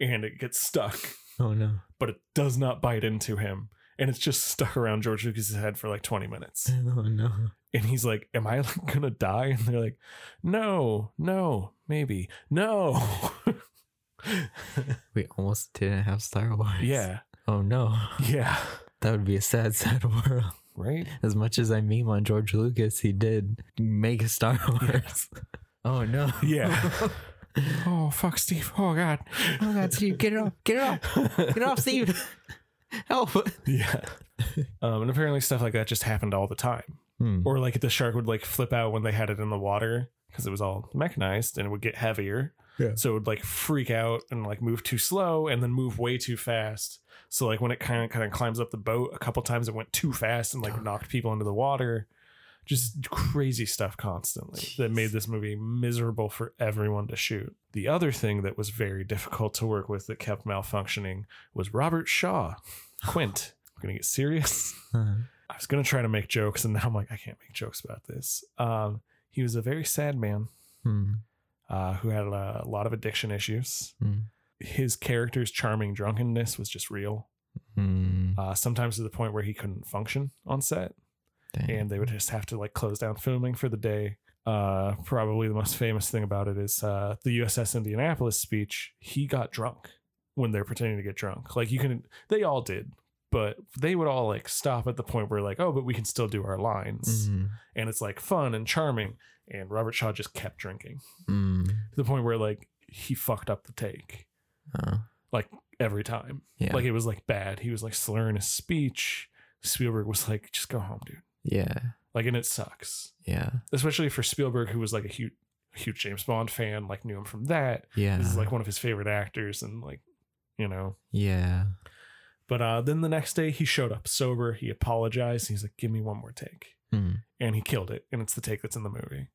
and it gets stuck oh no, [laughs] but it does not bite into him and it's just stuck around george lucas's head for like 20 minutes oh no, and he's like am i like gonna die and they're like no no maybe no [laughs] we almost didn't have Star Wars. yeah Oh no, yeah that would be a sad, [laughs] sad world. right As much as I meme on George Lucas, he did make a [laughs] Star Wars. Oh no. [laughs] yeah oh fuck steve oh [laughs] god Oh God, Steve, get it off! Get it off! Get it off, Steve! [laughs] Help! yeah um, and apparently stuff like that just happened all the time Hmm. or like the shark would like flip out when they had it in the water because it was all mechanized and it would get heavier Yeah. so it would like freak out and like move too slow and then move way too fast so like when it kind of kind of climbs up the boat a couple times it went too fast and like knocked people into the water just crazy stuff constantly that made this movie miserable for everyone to shoot the other thing that was very difficult to work with that kept malfunctioning was robert shaw quint we're gonna get serious [laughs] Huh. I was gonna try to make jokes, and [laughs] now I'm like, I can't make jokes about this. Um, he was a very sad man Hmm. uh, who had a, a lot of addiction issues. Hmm. His character's charming drunkenness was just real. Hmm. Uh, sometimes to the point where he couldn't function on set, Dang. and they would just have to like close down filming for the day. Uh, probably the most famous thing about it is uh, the USS Indianapolis speech. He got drunk when they're pretending to get drunk. Like you can, they all did, but they would all like stop at the point where like, oh, but we can still do our lines Hmm. and it's like fun and charming. And Robert Shaw just kept drinking Hmm. to the point where like he fucked up the take Oh. every time. Yeah. Like it was like bad. He was like slurring his speech. Spielberg was like, just go home, dude. yeah. Like, and it sucks, Yeah. especially for Spielberg, who was like a huge, huge James Bond fan, like knew him from that. Yeah. This is like one of his favorite actors, and like, you know. yeah. But uh, then the next day he showed up sober. He apologized. He's like, give me one more take. Hmm. And he killed it. And it's the take that's in the movie.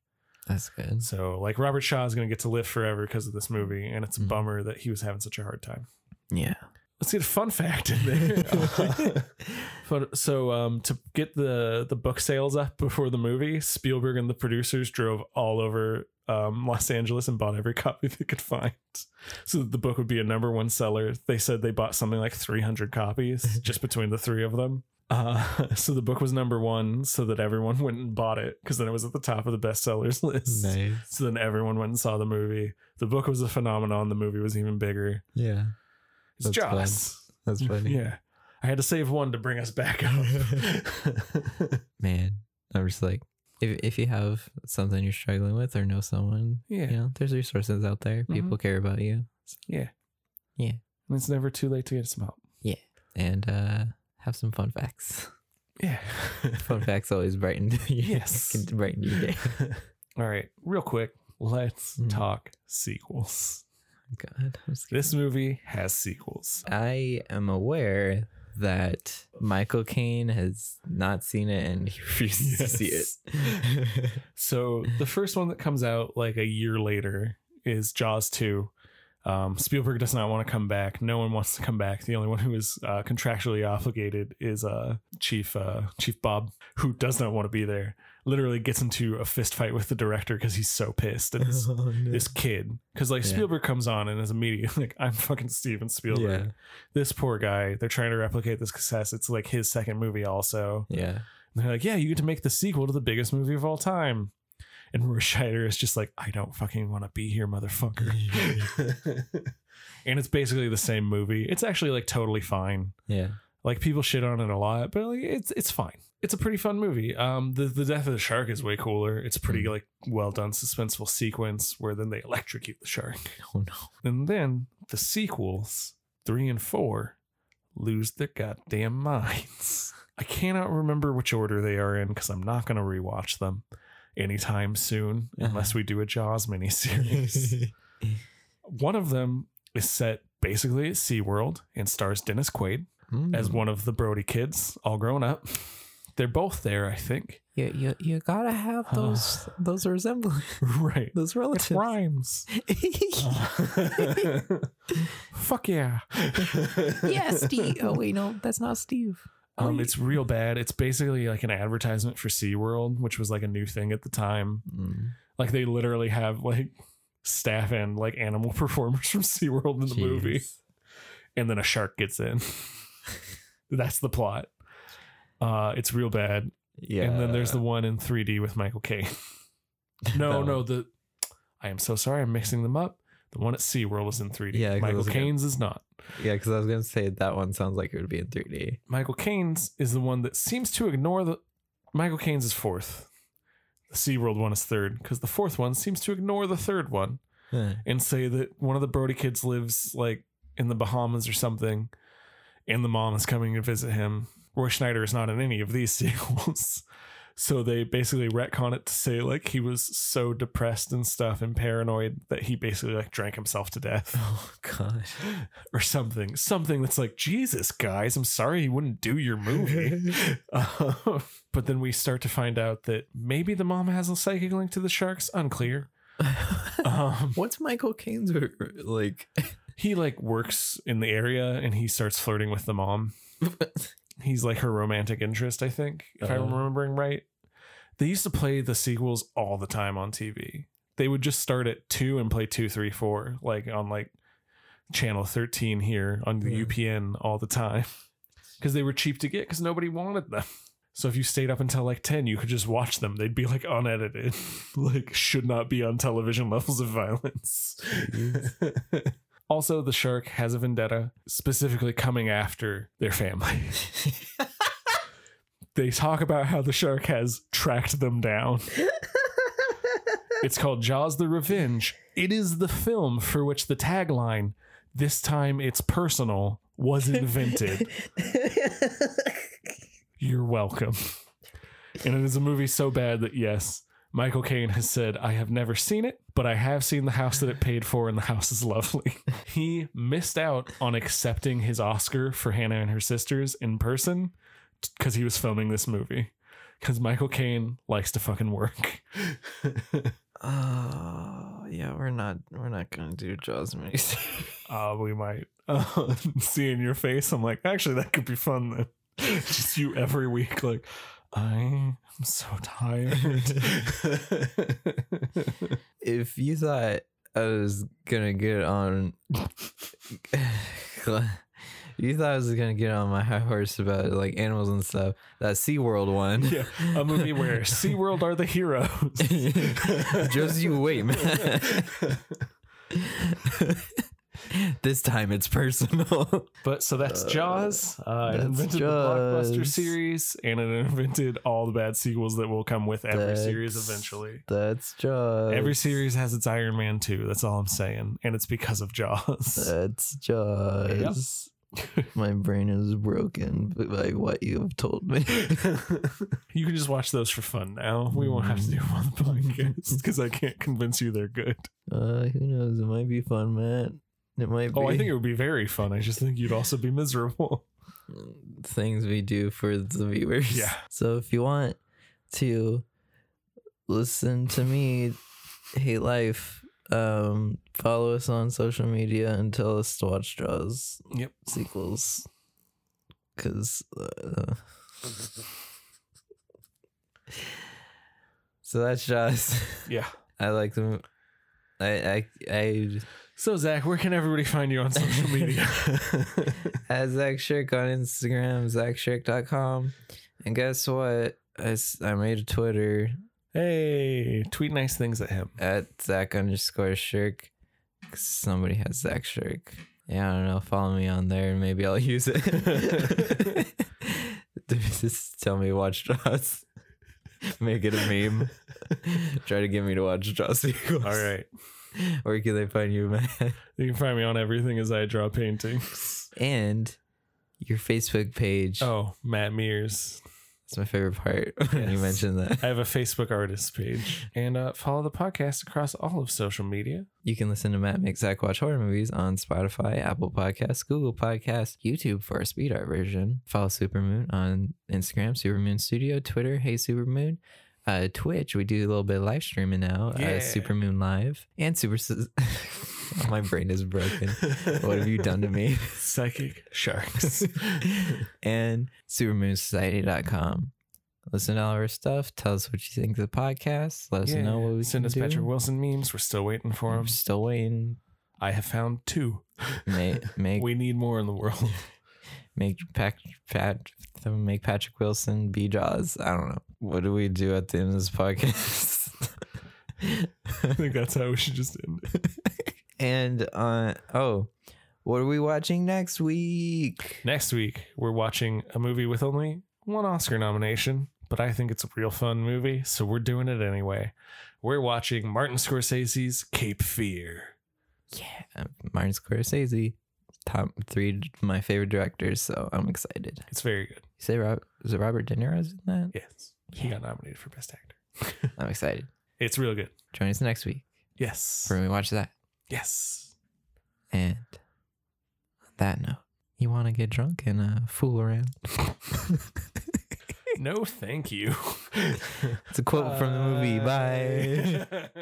That's good. So like Robert Shaw is going to get to live forever because of this movie, and it's a Mhm. bummer that he was having such a hard time. [laughs] Yeah. Let's get a fun fact in [laughs] there. [laughs] But- so um, to get the the book sales up before the movie, Spielberg and the producers drove all over um, Los Angeles and bought every [laughs] copy they could find, so that the book would be a number one seller. They said they bought something like three hundred copies just between the three of them. Uh, [laughs] so the book was number one, so that everyone went and bought it because then it was at the top of the bestsellers [laughs] list. nice. So then everyone went and saw the movie. The book was a phenomenon. The movie was even bigger. Yeah. It's That's fun. Joss. That's funny. Yeah. I had to save one to bring us back [laughs] up. [laughs] Man, I'm just like, if if you have something you're struggling with or know someone, yeah. Mm-hmm. you know, there's resources out there. People care about you, And it's never too late to get some help. and uh, have some fun facts. [laughs] Yeah. Fun facts always brighten [laughs] your Yes. can brighten your [laughs] day. [laughs] All right. Real quick, let's Mhm. talk sequels. God, I'm scared. This movie has sequels. I am aware that Michael Caine has not seen it and he [laughs] refuses to see Yes. [laughs] it. So the first one that comes out like a year later is Jaws 2. Um, Spielberg does not want to come back. No one wants to come back. The only one who is uh, contractually obligated is uh, Chief uh, Chief Bob, who does not want to be there. Literally gets into a fist fight with the director because he's so pissed at this, [laughs] Oh, no. this kid. Because like Yeah. Spielberg comes on and is immediately [laughs] like, "I'm fucking Steven Spielberg." Yeah. This poor guy. They're trying to replicate the success. It's like his second movie, also. [laughs] Yeah. And they're like, yeah, you get to make the sequel to the biggest movie of all time. And Roy Scheider is just like, I don't fucking want to be here, motherfucker. and it's basically the same movie. It's actually like totally fine. Yeah. Like people shit on it a lot, but like it's it's fine. it's a pretty fun movie. Um, the the death of the shark is way cooler. It's a pretty like well done suspenseful sequence where then they electrocute the shark, Oh no. and then the sequels three and four lose their goddamn minds. [laughs] I cannot remember which order they are in because I'm not gonna rewatch them anytime soon Uh-huh. unless we do a Jaws [laughs] miniseries. one of them is set basically at SeaWorld and stars Dennis Quaid Mm. as Hmm. one of the Brody kids, all grown up. They're both there, I think. [laughs] you, you you gotta [sighs] have Huh. those those resemblance Right. those It relatives. [laughs] rhymes. Fuck yeah. yeah, Steve. Oh wait, no, that's not Steve. Um, Wait. it's real bad. It's basically like an advertisement for SeaWorld, which was like a new thing at the time. Mm, Like they literally have like staff and like animal [laughs] performers from SeaWorld in the movie. jeez. and then a shark gets in. [laughs] That's the plot. Uh, it's real bad. Yeah. And then there's the one in 3D with Michael [laughs] Caine. That No, one. no, the I am so sorry, I'm mixing them up. The one at SeaWorld is in 3D. Yeah, 'cause I Michael was gonna- Caine's is not. Yeah, because I was gonna say that one sounds like it would be in 3D. Michael Caine's is the one that seems to ignore the Michael Caine's is fourth. The SeaWorld one is third, because the fourth one seems to ignore the third one Huh. and say that one of the Brody kids lives like in the Bahamas or something, and the mom is coming to visit him. Roy Schneider is not in any of these [laughs] sequels. So they basically retcon it to say like he was so depressed and stuff and paranoid that he basically like drank himself to death [laughs] [laughs] Oh [laughs] gosh. or something. Something that's like, Jesus, guys, I'm sorry you wouldn't do your [laughs] movie. [laughs] Uh, but then we start to find out that maybe the mom has a psychic link to the sharks. Unclear. Um, What's Michael Caine's r- r- like? he like works in the area and he starts flirting with the mom. He's like her romantic interest, I think, if Oh. I'm remembering right. They used to play the sequels all the time on TV. They would just start at two and play two, three, four, like on like channel 13 here on the Yeah. UPN all the time [laughs] because they were cheap to get because nobody wanted them. So if you stayed up until like 10, you could just watch them. They'd be like unedited, [laughs] like should not be on television levels of violence. [laughs] also, the shark has a vendetta, specifically coming after their family. they talk about how the shark has tracked them down. it's called Jaws the Revenge. It is the film for which the tagline, this time it's personal, was invented. You're welcome. And it is a movie so bad that, yes, Michael Caine has said, I have never seen it, but I have seen the house that it paid for, and the house is lovely. [laughs] He missed out on accepting his Oscar for Hannah and her sisters in person because he was filming this movie. Because Michael Caine likes to fucking [laughs] work. [laughs] Oh yeah, we're not we're not gonna do Jaws [laughs] movies. Uh, we might [laughs] uh, see in your face. I'm like, actually, that could be fun then. [laughs] Just you every week, like, I am so tired. if you thought I was gonna get on, [laughs] you thought I was gonna get on my high horse about like animals and stuff. That SeaWorld [laughs] one. Yeah, a movie where [laughs] SeaWorld are the heroes. [laughs] [laughs] Just you wait, man. this time it's personal. But so that's Jaws. Uh, it that's invented the blockbuster Jaws. series, and it invented all the bad sequels that will come with every series That's- eventually. That's Jaws. Every series has its Iron Man 2. That's all I'm saying. And it's because of Jaws. That's [laughs] Jaws. my brain is broken by what you have told me. [laughs] you can just watch those for fun now. We won't have to do them on Hmm. the podcast because I can't convince you they're good. Uh, who knows? It might be fun, Matt. It might be. Oh, I think it would be very fun. I just think you'd also be miserable. [laughs] things we do for the viewers. Yeah. So if you want to listen to me hate life, um, follow us on social media and tell us to watch Jaws Yep. sequels. Cause. Uh, [laughs] so that's Jaws. [laughs] Yeah. I like them. I I I. So, Zach, where can everybody find you on [laughs] social [laughs] media? at Zach Shirk on Instagram, ZachShirk.com. And guess what? I, s- I made a Twitter Hey, tweet nice things at him. at Zach underscore Shirk. 'cause Somebody has [laughs] Zach [laughs] Shirk. Yeah, I don't know. Follow me on there and maybe I'll use it. just tell me watch Jaws. [laughs] Make it a [laughs] meme. Try to get me to watch Jaws sequels. All right. [laughs] Where can they find you, Matt? You can find me on everything as I draw [laughs] paintings. And your Facebook page. Oh, Matt Mears. That's my favorite part [laughs] when you Yes. [laughs] mentioned that. I have a Facebook artist page. And uh, follow the podcast across all of social media. You can listen to Matt make Zach watch horror movies on Spotify, Apple Podcasts, Google Podcasts, YouTube for a speed art version. Follow Supermoon on Instagram, Supermoon Studio, Twitter, Hey Supermoon. Uh, Twitch, we do a little bit of live streaming now. Yeah. Uh, Supermoon Live and Super. Oh, [laughs] my brain is broken. what have you done to me? [laughs] [laughs] Psychic sharks. and supermoonsociety.com. Listen to all of our stuff. Tell us what you think of the podcast. Let us Yeah. know what we Send can us do. Patrick Wilson memes. We're still waiting for I'm them. still waiting. I have found two. Make make We need more in the world. [laughs] make Pat, Pat make Patrick Wilson be Jaws. I don't know. What do we do at the end of this I podcast? think that's how we should just end it. [laughs] and uh oh, what are we watching next week? Next week, we're watching a movie with only one Oscar nomination, but I think it's a real fun movie, so we're doing it anyway. We're watching Martin Scorsese's Cape Fear. Yeah, Martin Scorsese, top three of my favorite directors. So I'm excited. It's very good. You say Rob is it Robert De Niro's in that? Yes. He got nominated for Best Actor. I'm excited. It's real good. Join us next week Yes. for when we watch that. Yes. And on that note, you want to get drunk and uh, fool around. [laughs] No, thank you. [laughs] It's a quote from the movie. Bye. Bye. [laughs]